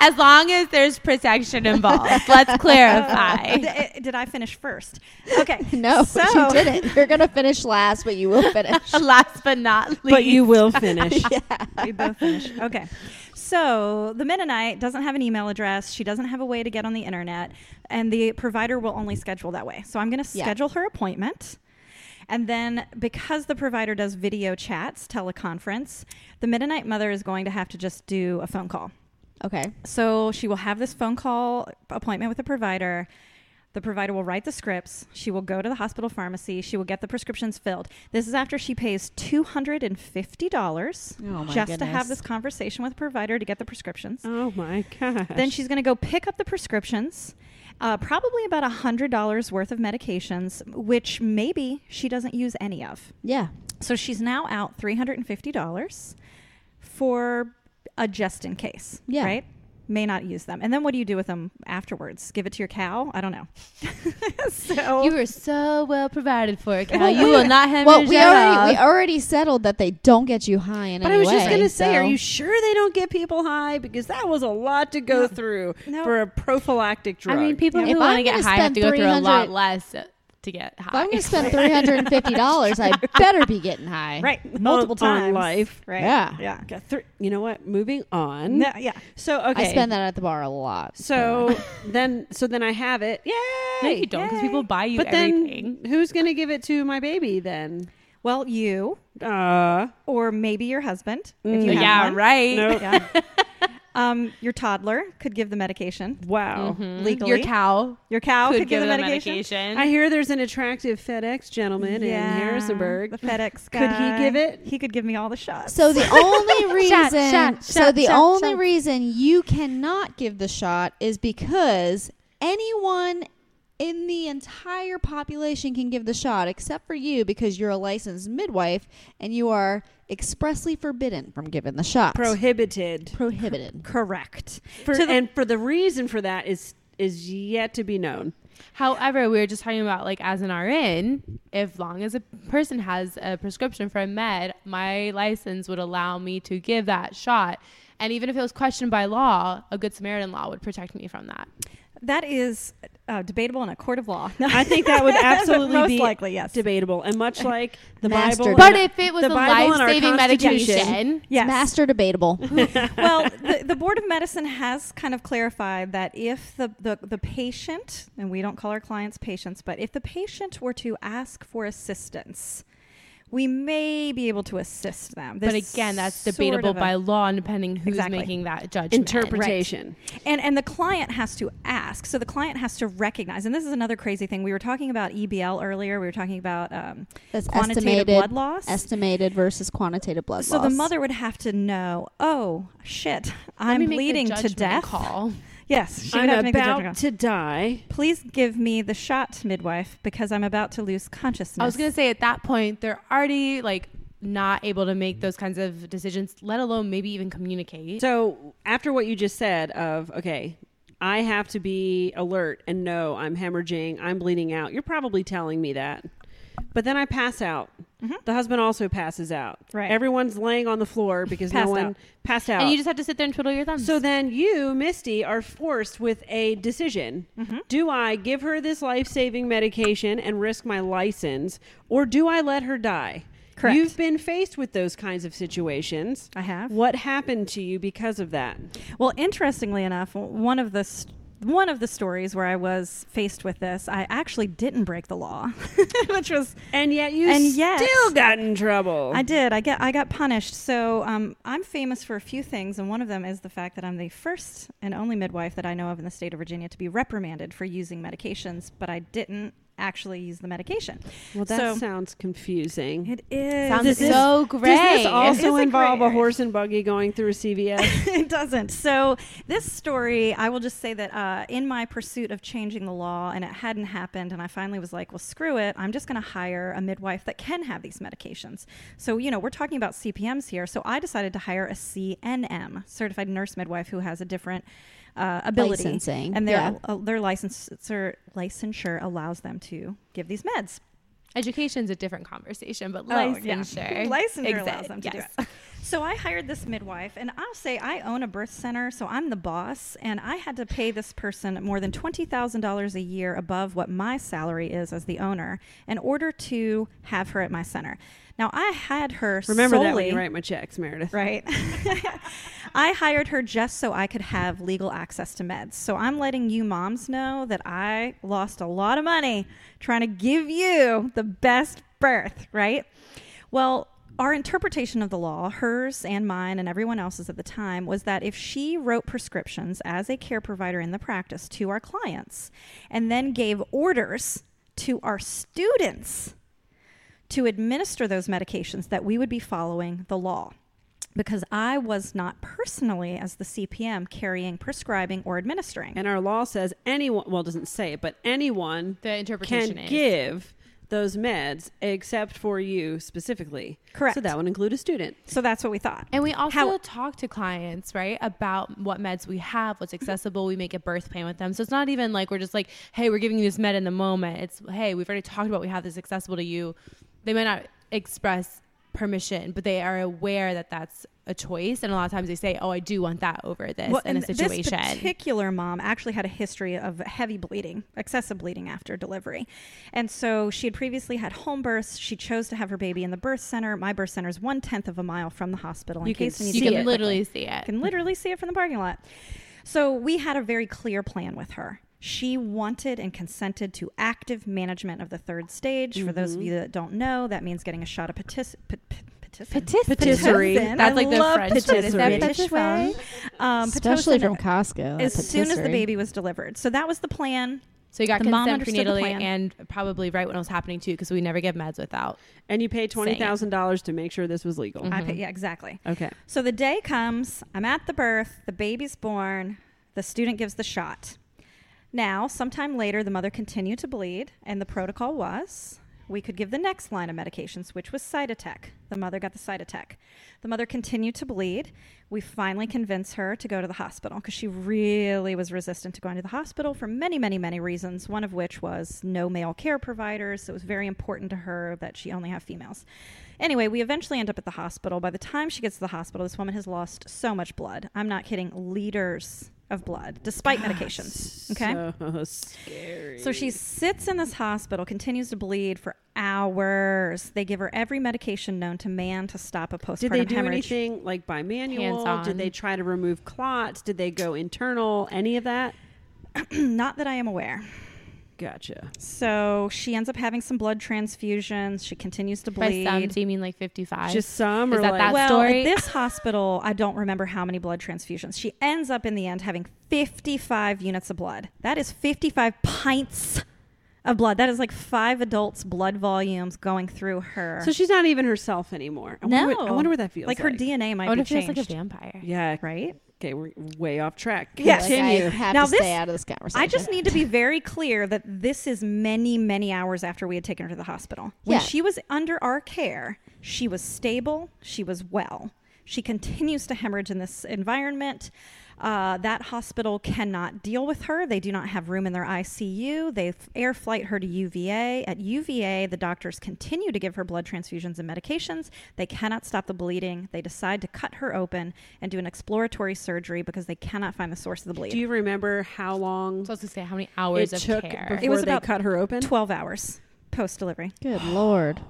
as long as there's protection involved, let's D- clarify. eh, Did I finish first? Okay. No, So you didn't. You're going to finish last, but you will finish. Last but not least, but you will finish. we both finished. Okay. So the Mennonite doesn't have an email address. She doesn't have a way to get on the internet, and the provider will only schedule that way. So I'm going to Yeah. schedule her appointment. And then, because the provider does video chats, teleconference, the Mennonite mother is going to have to just do a phone call. Okay. So she will have this phone call appointment with a provider. The provider will write the scripts. She will go to the hospital pharmacy. She will get the prescriptions filled. This is after she pays two hundred and fifty dollars Oh, my just to goodness. have this conversation with the provider to get the prescriptions. Oh my gosh. Then she's going to go pick up the prescriptions, uh, probably about hundred dollars worth of medications, which maybe she doesn't use any of. Yeah. So she's now out three hundred and fifty dollars for a just in case. Yeah. Right. may not use them. And then what do you do with them afterwards? Give it to your cow? I don't know. so You were so well provided for, Cal. You will not have Well, me we shut already, we up. already settled that they don't get you high in But any I was just way, going to say, are so- you sure they don't get people high? Because that was a lot to go through No. for a prophylactic drug. I mean, people If who want I'm to get gonna high have spend to go through a lot 300 less uh, to get If high. I'm going to spend three hundred and fifty dollars, I better be getting high. right, multiple multiple on times life. Mm-hmm. Right. Yeah. Yeah. Got thr- you know what? Moving on. No, yeah. So okay. I spend that at the bar a lot. So then, so then I have it. Yay! no, you don't, because Yay. people buy you But everything. then, who's gonna give it to my baby then? Well, you Uh, or maybe your husband. If you But Mm-hmm. have yeah, one. right. no. Yeah. um, your toddler could give the medication Wow. Mm-hmm. legally. Your cow Your cow could, could, give, the medication. I hear there's an attractive FedEx gentleman Yeah. in Harrisonburg. The FedEx Could he guy. give it? He could give me all the shots. So the only reason, Shot, shot, so shot, the shot, only shot. reason you cannot give the shot is because anyone in the entire population can give the shot, except for you, because you're a licensed midwife and you are expressly forbidden from giving the shot. Prohibited. Prohibited. correct. For, To the- and for the reason for that is is yet to be known. However, we were just talking about like as an RN, if long as a person has a prescription for a med, my license would allow me to give that shot. And even if it was questioned by law, a good Samaritan law would protect me from that. That is uh, debatable in a court of law. I think that would absolutely Most be likely, yes. debatable. And much like the Master- Bible, But the- if it was the a Bible and our life-saving Constitution. medication, Yes. Master debatable. well, the, the Board of Medicine has kind of clarified that if the, the, the patient, and we don't call our clients patients, but if the patient were to ask for assistance, we may be able to assist them. but This again, that's sort debatable of a- by law, and depending who's Exactly. making that judgment. interpretation. And and the client has to ask. So the client has to recognize. And this is another crazy thing. We were talking about EBL earlier. We were talking about um, That's quantitative estimated blood loss. Estimated versus quantitative blood so loss. the mother would have to know. Oh Let shit! me I'm make the bleeding to judgment death. Call. Yes, she would have I'm to make the judgment about call. to die. Please give me the shot, midwife, because I'm about to lose consciousness. I was gonna say at that point they're already like not able to make those kinds of decisions, let alone maybe even communicate. So after what you just said of okay, I have to be alert and know I'm hemorrhaging, I'm bleeding out. You're probably telling me that. But then I pass out. The husband also passes out. Mm-hmm. Right. Everyone's laying on the floor because Passed no one out. passed out. and you just have to sit there and twiddle your thumbs. so then you, Misty, are forced with a decision. Mm-hmm. Do I give her this life-saving medication and risk my license or do I let her die? Correct. You've been faced with those kinds of situations. I have. What happened to you because of that? Well, interestingly enough, one of the st- one of the stories where I was faced with this, I actually didn't break the law, which was And yet you And yet- still got in trouble. Oh. I did. I get. I got punished. So um, I'm famous for a few things, and one of them is the fact that I'm the first and only midwife that I know of in the state of Virginia to be reprimanded for using medications, but I didn't actually use the medication. well, that so sounds confusing. it is. Sounds Does this- so great. Does this also It's a involve gray a area. horse and buggy going through a CVS? it doesn't. So this story, I will just say that uh, in my pursuit of changing the law, and it hadn't happened, and I finally was like, well, screw it. I'm just going to hire a midwife that can have these medications. So you know, we're talking about CPMS here. So I decided to hire a CNM, certified nurse midwife, who has a different uh, ability Licensing, and their yeah. uh, their licensure licensure allows them to give these meds. Education's a different conversation, but Oh, licensure. yeah. Licensure allows them to do yes. it. So I hired this midwife, and I'll say I own a birth center, so I'm the boss, and I had to pay this person more than $20,000 a year above what my salary is as the owner in order to have her at my center. Now, I had her Remember solely, that when you write my checks, Meredith. right? I hired her just so I could have legal access to meds. So I'm letting you moms know that I lost a lot of money trying to give you the best birth, right? Well, our interpretation of the law, hers and mine and everyone else's at the time, was that if she wrote prescriptions as a care provider in the practice to our clients and then gave orders to our students to administer those medications that we would be following the law because I was not personally as the CPM carrying prescribing or administering And our law says anyone, well, it doesn't say it, but anyone The can interpretation is give those meds except for you specifically. Correct. So that would include a student. So that's what we thought. And we also How- talk to clients, right, about what meds we have, what's accessible. We make a birth plan with them. So it's not even like we're just like, hey, we're giving you this med in the moment. It's, hey, we've already talked about we have this accessible to you. They might not express permission, but they are aware that that's a choice. And a lot of times they say, oh, I do want that over this Well, in a and situation. This particular mom actually had a history of heavy bleeding, excessive bleeding after delivery. And so she had previously had home births. She chose to have her baby in the birth center. My birth center is one tenth of a mile from the hospital. In You can case need you to can get literally see I it. can literally see it from the parking lot. So we had a very clear plan with her. She wanted and consented to active management of the third stage. For those of you that don't know, that means getting a shot of patis- pat- pat- patis- Patisserie. Pitocin. That's I like the love French word. Is Pitocin. that British Pitocin? way. Um, Especially Pitocin from Costco. As that soon as the patisserie. baby was delivered. So that was the plan. So you got The mom consent understood the prenatally plan. and probably right when it was happening too, because we never give meds without. And you pay twenty thousand dollars to make sure this was legal. I pa- yeah, exactly. Okay. So the day comes, I'm at the birth, the baby's born, the student gives the shot. Now, sometime later, the mother continued to bleed, and the protocol was we could give the next line of medications, which was Cytotec. The mother got the Cytotec. The mother continued to bleed. We finally convinced her to go to the hospital because she really was resistant to going to the hospital for many, many, many reasons, one of which was no male care providers. So it was very important to her that she only have females. Anyway, we eventually end up at the hospital. By the time she gets to the hospital, this woman has lost so much blood. I'm not kidding, liters of blood, despite medications. Okay. So scary. So she sits in this hospital, continues to bleed for hours. They give her every medication known to man to stop a postpartum Did they do hemorrhage. anything like by manual? Hands-on. Did they try to remove clots? Did they go internal? Any of that? Not that I am aware. Gotcha. So she ends up having some blood transfusions. She continues to By bleed. some, do you mean like 55? Just some Is or that like that well, story? at this hospital, I don't remember how many blood transfusions. She ends up in the end having 55 units of blood. That is 55 pints of blood. That is like five adults' blood volumes going through her. so she's not even herself anymore. I no, Wonder what, I wonder what that feels like. like. her DNA might I wonder be if it's changed. like a vampire. Yeah. right? Okay, we're way off track. Yes. Like, I Continue. have Now to this- stay out of this conversation. I just need to be very clear that this is many, many hours after we had taken her to the hospital. When Yeah. she was under our care, she was stable, she was well. She continues to hemorrhage in this environment. Uh, that hospital cannot deal with her. They do not have room in their ICU. They f- air flight her to UVA. At UVA, the doctors continue to give her blood transfusions and medications. They cannot stop the bleeding. They decide to cut her open and do an exploratory surgery because they cannot find the source of the bleed. Do you remember how long So I was gonna say how many hours it of took care. before It was they about cut her open? 12 hours post delivery. Good lord.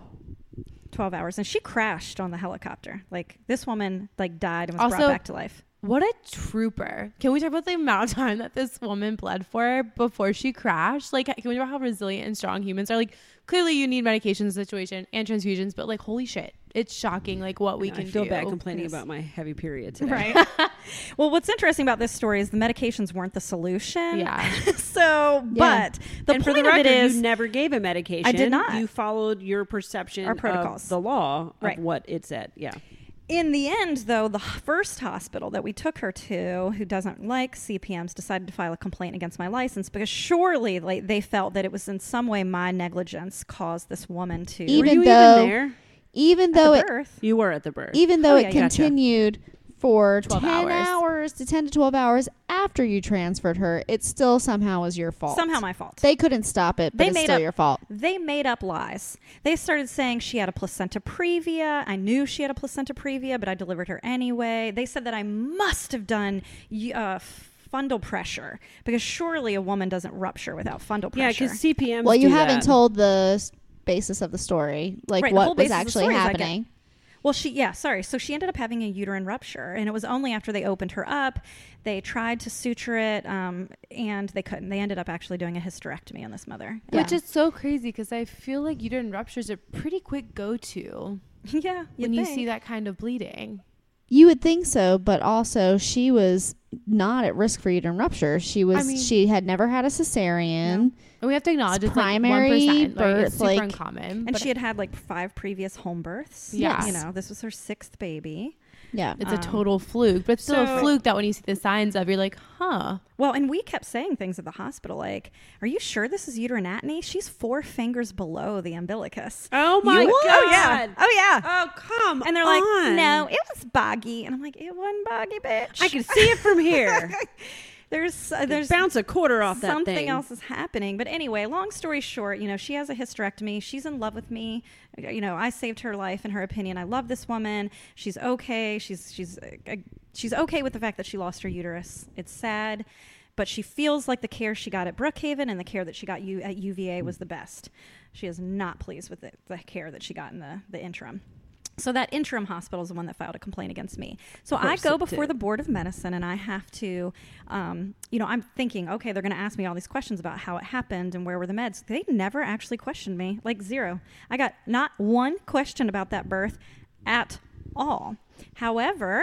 12 hours and she crashed on the helicopter. Like this woman like died and was brought Also- back to life. what a trooper! Can we talk about the amount of time that this woman bled for before she crashed? Like, can we talk about how resilient and strong humans are? Like, clearly you need medication situation and transfusions, but like, holy shit, it's shocking. Like what we I can feel do. bad complaining about my heavy period today. well, what's interesting about this story is the medications weren't the solution. Yeah. so, Yeah. but the and point for the record, of it is you never gave a medication. I did not. You followed your perception Our of protocols. the law of Right. what it said. Yeah. in the end, though, the h- first hospital that we took her to, who doesn't like CPMs, decided to file a complaint against my license because surely like, they felt that it was in some way my negligence caused this woman to Even Were you though- even there? Even at though the it birth. You were at the birth. even though Oh, yeah, it yeah. Gotcha. continued for 12 10 hours. hours. to 10 to 12 hours after you transferred her, it still somehow was your fault. Somehow my fault. They couldn't stop it, but They it's made still up- your fault. They made up lies. They started saying she had a placenta previa. I knew she had a placenta previa, but I delivered her anyway. They said that I must have done y- uh, fundal pressure because surely a woman doesn't rupture without fundal yeah, pressure. because CPMs. Well, you do haven't that. told the s- basis of the story, like Right, the whole what was basis of the actually story is I get- happening. Well, she, yeah, sorry. So she ended up having a uterine rupture, and it was only after they opened her up. They tried to suture it, um, and they couldn't. They ended up actually doing a hysterectomy on this mother. Yeah. Which is so crazy because I feel like uterine ruptures are pretty quick go to yeah. when you'd you think. see that kind of bleeding. You would think so, but also she was not at risk for uterine rupture. She was mean- she had never had a cesarean. And we have to acknowledge it's, primary like one percent. Like, birth, it's super like- uncommon. And but she had had like five previous home births. Yes. You know, this was her sixth baby. Yeah. It's Um, a total fluke, but it's still so- a fluke that when you see the signs of, you're like, huh. Well, and we kept saying things at the hospital like, "Are you sure this is uteranatomy? She's four fingers below the umbilicus." Oh my You- Oh yeah. God. Oh yeah. Oh come! and they're like, on. "No, it was boggy," and I'm like, "It wasn't boggy, bitch." I can see it from here. there's uh, There's there's bounce a quarter off that something thing. else is happening. But anyway, long story short, you know, she has a hysterectomy. She's in love with me. Uh, You know, I saved her life in her opinion. I love this woman. She's okay. She's she's uh, she's okay with the fact that she lost her uterus. It's sad. But she feels like the care she got at Brookhaven and the care that she got U- at UVA was the best. She is not pleased with the, the care that she got in the, the interim. So that interim hospital is the one that filed a complaint against me. So I course go it before did. the board of medicine and I have to, um, you know, I'm thinking, okay, they're going to ask me all these questions about how it happened and where were the meds. They never actually questioned me, like zero. I got not one question about that birth at all. However,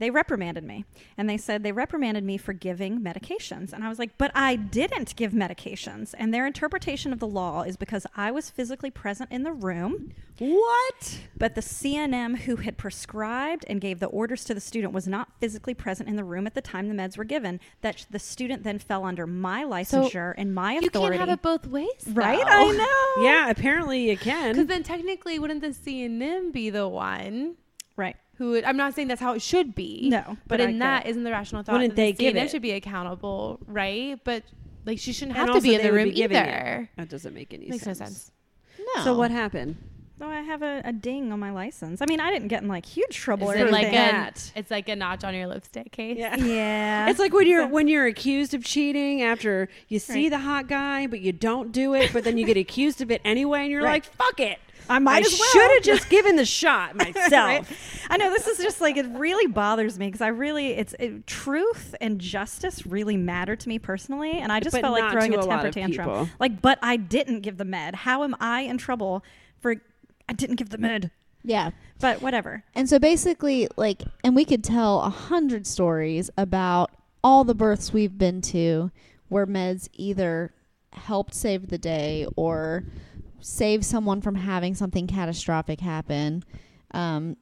they reprimanded me and they said they reprimanded me for giving medications and i was like but i didn't give medications and their interpretation of the law is because i was physically present in the room What? but the CNM who had prescribed and gave the orders to the student was not physically present in the room at the time the meds were given. That sh- the student then fell under my licensure and my You can't authority. have it both ways. right? though. I know. Yeah, apparently you Because can. then technically, wouldn't the CNN be the one Right. who? Would, I'm not saying that's how it should be. No, but, but I in that get isn't the rational thought. Wouldn't that they the give CNN it? should be accountable, right? But like she shouldn't have And to also be in they the would room be giving it. either. That doesn't make any Makes no sense. sense. no. So what happened? No, I have a, a ding on my license. I mean, I didn't get in like huge trouble Is or it like anything. a, that. it's like a notch on your lipstick case. yeah. It's like when you're when you're accused of cheating after you see the hot guy, but you don't do it, but then you get accused of it anyway, and you're Right. like, "Fuck it, I might I as well." should have just given the shot Right? myself." I know this is just like it really bothers me because I really it's it, truth and justice really matter to me personally, and I just But felt like not throwing to a a lot temper of tantrum. people. Like, but I didn't give the med. How am I in trouble for I didn't give the med? Yeah. But whatever. And so basically, like, and we could tell a hundred stories about all the births we've been to where meds either helped save the day or save someone from having something catastrophic happen. Um,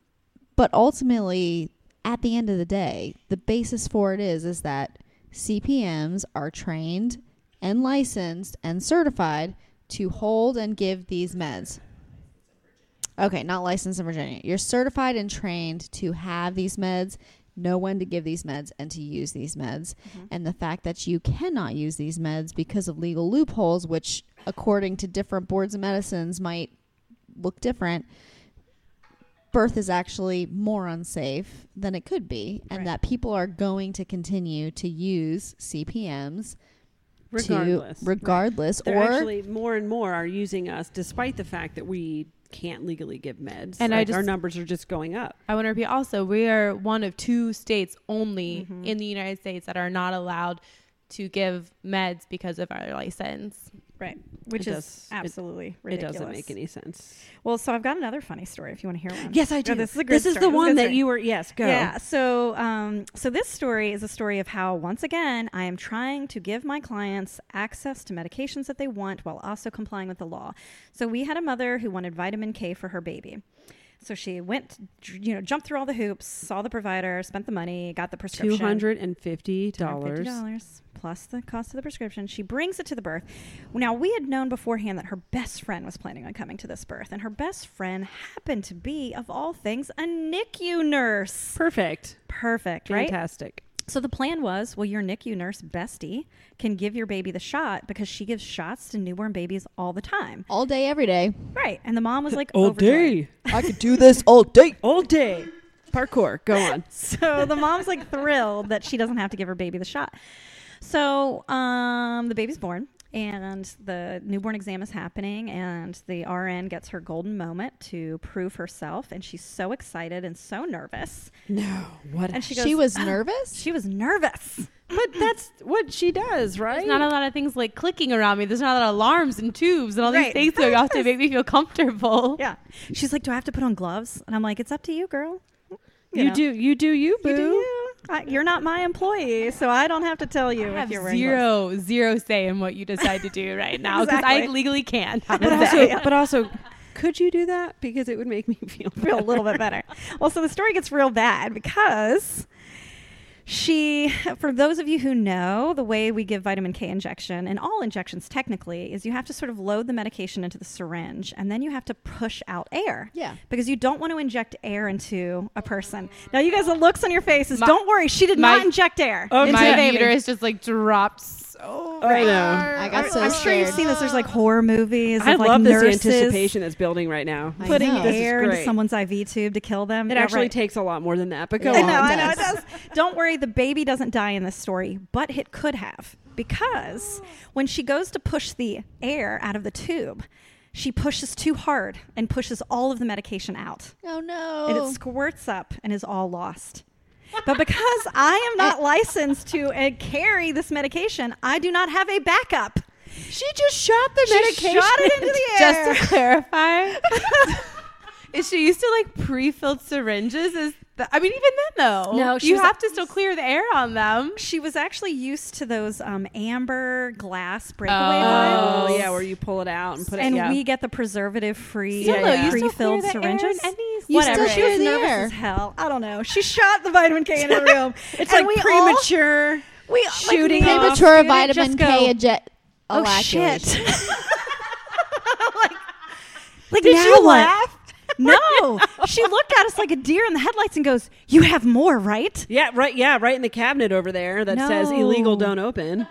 but ultimately, at the end of the day, the basis for it is is that CPMs are trained and licensed and certified to hold and give these meds. Okay, not licensed in Virginia. You're certified and trained to have these meds, know when to give these meds, and to use these meds. Mm-hmm. And the fact that you cannot use these meds because of legal loopholes, which, according to different boards of medicines, might look different, birth is actually more unsafe than it could be. And Right. that people are going to continue to use CPMs Regardless, to, regardless they're or. actually more and more are using us, despite the fact that we can't legally give meds, And I Like, our just- numbers are just going up. I want to repeat also, we are one of two states only Mm-hmm. in the United States that are not allowed to give meds because of our license. Right. Which It is does- it- absolutely It ridiculous. doesn't make any sense. Well, so I've got another funny story if you want to hear one. Yes, I Oh, do. this is a great this is the story. This is a one good that story. you were. Yes, go. Yeah. So, um, so this story is a story of how, once again, I am trying to give my clients access to medications that they want while also complying with the law. So, we had a mother who wanted vitamin K for her baby. So she went, you know, jumped through all the hoops, saw the provider, spent the money, got the Two prescription. hundred and fifty dollars. $150 plus the cost of the prescription. She brings it to the birth. Now, we had known beforehand that her best friend was planning on coming to this birth, and her best friend happened to be, of all things, a NICU nurse. Perfect. Perfect, right? Fantastic. So the plan was, well, your NICU nurse bestie can give your baby the shot because she gives shots to newborn babies all the time. all day, every day. Right. And the mom was like, All overjoyed. day. I could do this all day. All day. Parkour. Go on. So the mom's like thrilled that she doesn't have to give her baby the shot. So um, the baby's born and the newborn exam is happening and the RN gets her golden moment to prove herself and she's so excited and so nervous. No. What? And she goes she was "Oh." nervous. She was nervous. But that's what she does, right? There's not a lot of things like clicking around me. There's not a lot of alarms and tubes and all Right. these things that have to make me feel comfortable. Yeah. She's like, "Do I have to put on gloves?" And I'm like, "It's up to you, girl." you know. do. You do. You boo. You do you. I, you're not my employee, so I don't have to tell you I if have you're wearing gloves. zero, zero say in what you decide to do right now because Exactly. I legally can't. But also, but also, Could you do that? Because it would make me feel feel a little bit better. Well, so the story gets real bad because she, for those of you who know, the way we give vitamin K injection and all injections technically is you have to sort of load the medication into the syringe and then you have to push out air. Yeah. Because you don't want to inject air into a person. Now, you guys, the looks on your faces, don't worry, she did my- Oh, not inject air. into my the baby. uterus just like dropped so I know. far. I got so I'm sure you've scared. seen this. There's like horror movies. I of, like, love this nurses anticipation that's building right now. I Putting know. This is air into great. someone's IV tube to kill them. It Yeah, actually right. takes a lot more than that, but go Yeah. I on. know, it I know it does. does. Don't worry, the baby doesn't die in this story, but it could have. Because when she goes to push the air out of the tube, she pushes too hard and pushes all of the medication out. Oh no! And it squirts up and is all lost. But because I am not licensed to uh, carry this medication, I do not have a backup. she just shot the medication. shot it into the air. Just to clarify, is she used to like pre-filled syringes? Is th- I mean, even then though, No, she you was- have to still clear the air on them. She was actually used to those um, amber glass breakaway Oh. ones. Oh yeah, where you pull it out and put and it. Yeah. we get the preservative free uh, Still, Yeah, though, yeah. you still clear pre-filled the air in syringes any- You still Whatever. clear she was the nervous air. as hell i don't know she shot the vitamin k in the room it's like And we all- premature. we like, shooting we all off. stood Premature and vitamin just go, K eject. oh elaculation. shit like, like now what no she looked at us like a deer in the headlights and goes you have more right Yeah, right. Yeah, right in the cabinet over there that says No. illegal don't open.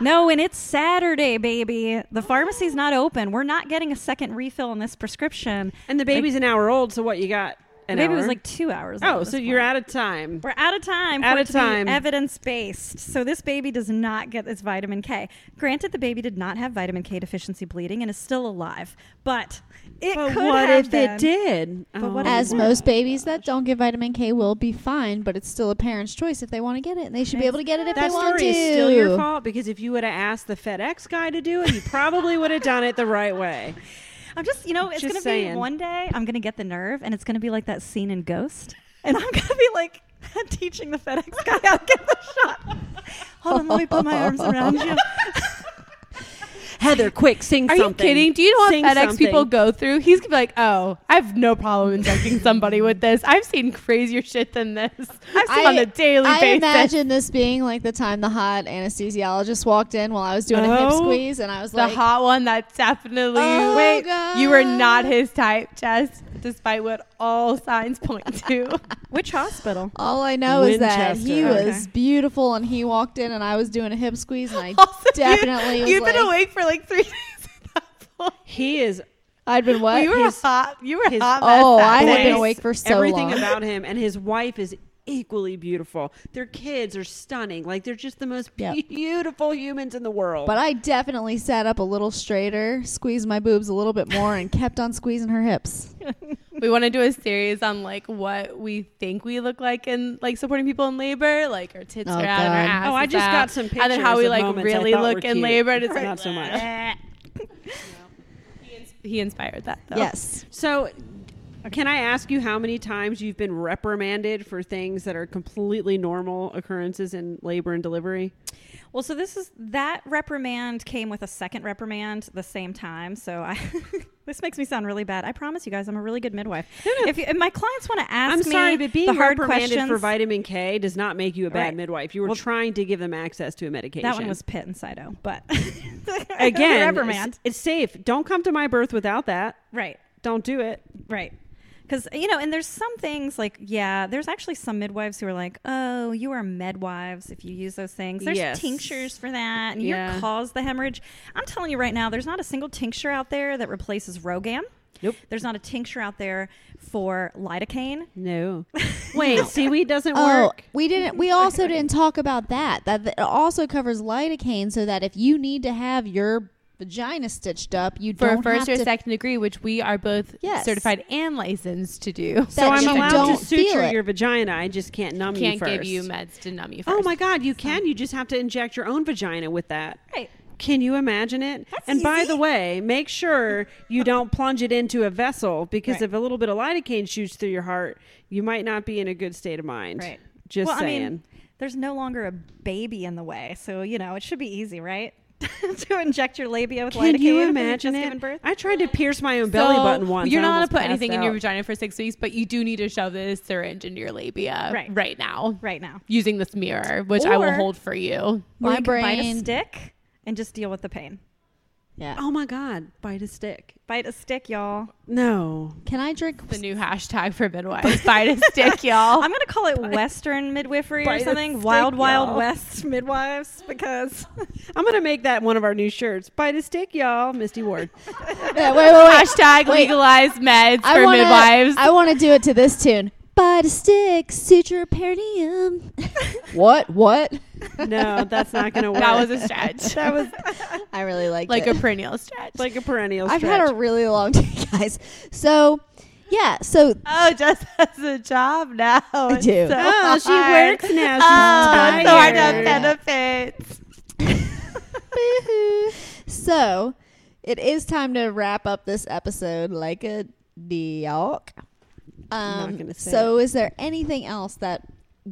no and it's saturday baby the pharmacy's not open we're not getting a second refill on this prescription And the baby's an hour old, so what you got? An Maybe hour? it was like two hours old Oh, at so this you're point. out of time. We're out of time. Out for of it to time. Evidence based. So this baby does not get its vitamin K. Granted, the baby did not have vitamin K deficiency bleeding and is still alive, but it But could what have if been. it did? But what As Oh, most babies that don't get vitamin K will be fine, but it's still a parent's choice if they want to get it, and they should be able to get it if that they want story to. is still your fault because if you would have asked the FedEx guy to do it, he probably would have done it the right way. I'm just, you know, it's Just going to be saying. one day I'm going to get the nerve and it's going to be like that scene in Ghost. And I'm going to be like teaching the FedEx guy how to get the shot. Hold on, let me put my arms around you. Heather, quick, sing Are something. you kidding? Do you know what Sing FedEx something. people go through? He's gonna be like, "Oh, I have no problem injecting somebody with this. I've seen crazier shit than this I- on a daily I basis." imagine this being like the time the hot anesthesiologist walked in while I was doing a hip Oh, squeeze, and I was the like, hot one that definitely Oh, wait God. you were not his type chest despite what all signs point to Which hospital? All I know is that he Winchester. was Okay. beautiful, and he walked in, and I was doing a hip squeeze, and I Also, you- definitely was you've like, been awake for like three days at that point He is I'd been what? you were his- hot you were his- hot Oh, I mess had that been day. awake for so everything long. about him and his wife is equally beautiful. Their kids are stunning. Like they're just the most Yep. beautiful humans in the world. but I definitely sat up a little straighter, squeezed my boobs a little bit more, and kept on squeezing her hips. we want to do a series on like what we think we look like in like supporting people in labor like our tits Oh, are out and our God. ass Oh, I is just out. got some and then how pictures we of like moments I really thought were look in cute. labor and it's Not so much. he, ins- he inspired that though Yes. so can I ask you how many times you've been reprimanded for things that are completely normal occurrences in labor and delivery? Well, so this is that reprimand came with a second reprimand the same time. So I, this makes me sound really bad. I promise you guys, I'm a really good midwife. If, you, if my clients want to ask I'm me, sorry, but being the hard reprimanded questions, for vitamin K does not make you a bad Right. midwife. You were Well- trying to give them access to a medication. that one was Pitt and Saito, but again reprimand. It's, it's safe. Don't come to my birth without that. Right, Don't do it. right. Because you know, and there's some things like yeah, there's actually some midwives who are like, oh, you are medwives if you use those things. There's Yes. tinctures for that, and you Yeah. cause the hemorrhage. I'm telling you right now, there's not a single tincture out there that replaces Rogan. Nope. There's not a tincture out there for lidocaine. No. Wait, seaweed doesn't Oh, work. we didn't. We also didn't talk about that. That th- it also covers lidocaine, so that if you need to have your vagina stitched up, you for don't first have or to second degree, which we are both Yes. certified and licensed to do. So that I'm you allowed don't to feel suture it. your vagina. I just can't numb you Can't first. give you meds to numb you first. Oh my God, you can. You just have to inject your own vagina with that. Right. Can you imagine it? That's and by easy. the way, make sure you don't plunge it into a vessel because Right. if a little bit of lidocaine shoots through your heart, you might not be in a good state of mind. Right. Just well, saying. I mean, there's no longer a baby in the way, so you know it should be easy, right? to inject your labia with Can lidocaine you when imagine just it? given birth? I tried to pierce my own belly button once. You're I not almost gonna put passed anything in your out. vagina for six weeks, but you do need to shove this syringe into your labia Right. right now. Right now. Using this mirror, which I will Or- hold for you. Or My you can bite a brain- stick and just deal with the pain. Yeah. Oh my god! Bite a stick. Bite a stick, y'all. No. Can I drink? The new hashtag for midwives. Bite a stick, y'all. I'm gonna call it Western midwifery Oh. bite or a something. stick, Wild Wild y'all. West midwives because I'm gonna make that one of our new shirts. Bite a stick, y'all. Misty Ward. Yeah, wait, wait, wait. hashtag Wait. legalize meds I for wanna, midwives. I want to do it to this tune. Bite a stick, suture perineum. what? What? No, that's not gonna work. that was a stretch. that was I really liked like it. a perennial stretch. like a perennial. I've had a really long day, guys. So, yeah. So oh, just has a job now. I do. So Oh, she hard. works now. She's Oh, tired. so I have benefits. so it is time to wrap up this episode like a dog. not Um, gonna say so is there anything else that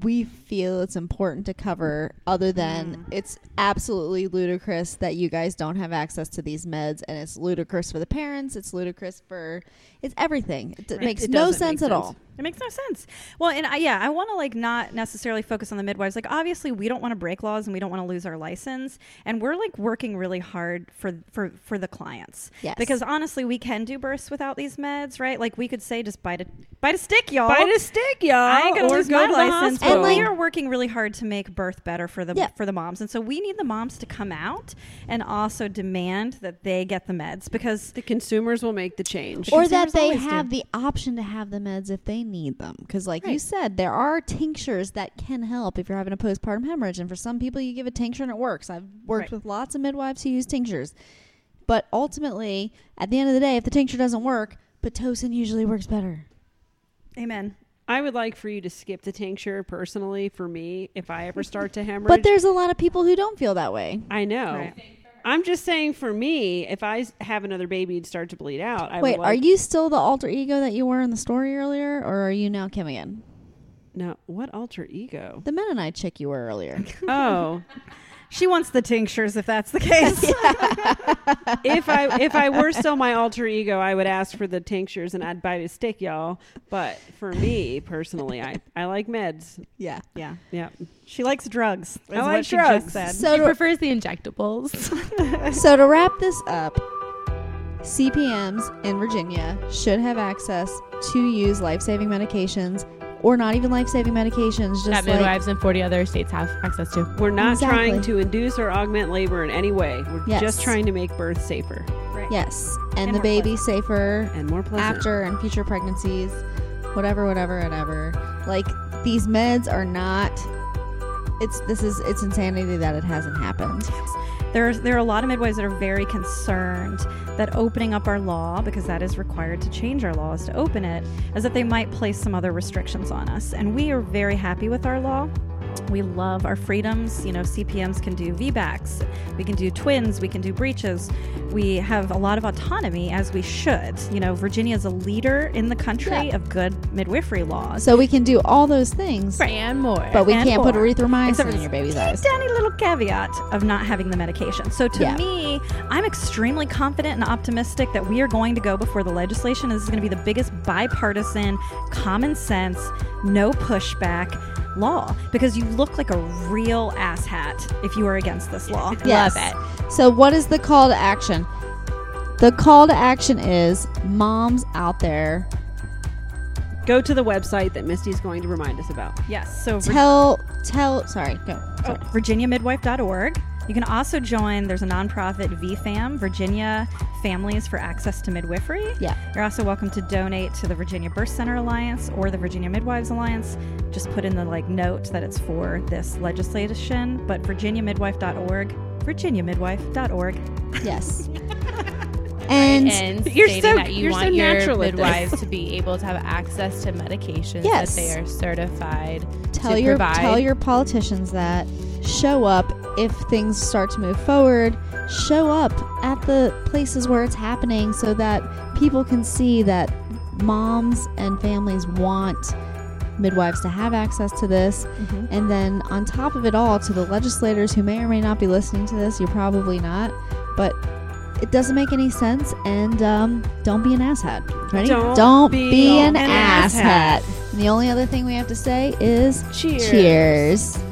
we feel it's important to cover other than Mm. it's absolutely ludicrous that you guys don't have access to these meds and it's ludicrous for the parents it's ludicrous for it's everything it, d- Right. makes It no doesn't sense make at all sense. It makes no sense. Well, and I, yeah, I want to like not necessarily focus on the midwives. Like, obviously, we don't want to break laws and we don't want to lose our license, and we're like working really hard for for for the clients. Yes. Because honestly, we can do births without these meds, right? Like, we could say just bite a bite a stick, y'all. Bite a stick, y'all. I ain't gonna Oh, or lose go my to the hospital. license. But And, like- we are working really hard to make birth better for the Yeah. for the moms, and so we need the moms to come out and also demand that they get the meds because the consumers will make the change. or that consumers they always do. have the option to have the meds if they need them because like you Right. said there are tinctures that can help if you're having a postpartum hemorrhage and for some people you give a tincture and it works i've worked Right. with lots of midwives who use tinctures but ultimately at the end of the day if the tincture doesn't work pitocin usually works better amen. I would like for you to skip the tincture personally for me if I ever start to hemorrhage. but there's a lot of people who don't feel that way I know. Right. I'm just saying for me, if I s- have another baby and start to bleed out, I wait would are like- you still the alter ego that you were in the story earlier or are you now kim again No, what alter ego? the mennonite chick you were earlier Oh, She wants the tinctures if that's the case. if I if I were still my alter ego, I would ask for the tinctures and I'd bite a stick, y'all. But for me personally, I I like meds. yeah yeah. Yeah, She likes drugs. Is I like what she drugs. just said. so he do- prefers the injectables. So to wrap this up, CPMs in Virginia should have access to use life-saving medications or not even life-saving medications just that like midwives in 40 other states have access to. we're not Exactly. trying to induce or augment labor in any way. We're Yes. just trying to make birth safer Right. yes, and, And the more baby safer and more pleasant. after and future pregnancies, whatever whatever whatever. Like these meds are not it's this is it's insanity that it hasn't happened. There's, there are a lot of midwives that are very concerned that opening up our law, because that is required to change our laws to open it, is that they might place some other restrictions on us. And we are very happy with our law. We love our freedoms. You know, CPMs can do VBACs, we can do twins, we can do breaches. We have a lot of autonomy, as we should. You know, Virginia is a leader in the country Yeah. of good midwifery laws. So we can do all those things, And more. but we And can't put more. Except erythromycin for in your baby's teeny eyes. tiny little caveat of not having the medication. So to Yeah. me, I'm extremely confident and optimistic that we are going to go before the legislation. This is going to be the biggest bipartisan, common sense, no pushback law because you look like a real asshat if you are against this law. Yes. So, what is the call to action? The call to action is moms out there, Go to the website that Misty's going to remind us about. Yes. So Vir- tell, tell, sorry, go. oh, virginiamidwife.org. You can also join, there's a nonprofit VFAM, Virginia Families for Access to Midwifery. Yeah. You're also welcome to donate to the Virginia Birth Center Alliance or the Virginia Midwives Alliance. Just put in the like note that it's for this legislation, but virginiamidwife.org, virginiamidwife.org. Yes. Oh. and and You're stating so- that you you're so want your natural at this. midwives to be able to have access to medications Yes. that they are certified tell to your provide. tell your politicians that show up if things start to move forward show up at the places where it's happening so that people can see that moms and families want midwives to have access to this. Mhm. And then, on top of it all, to the legislators who may or may not be listening to this, you're probably not, but it doesn't make any sense. And um, don't be an asshat. Ready? Don't be, be an, an asshat. asshat. And the only other thing we have to say is Cheers. cheers.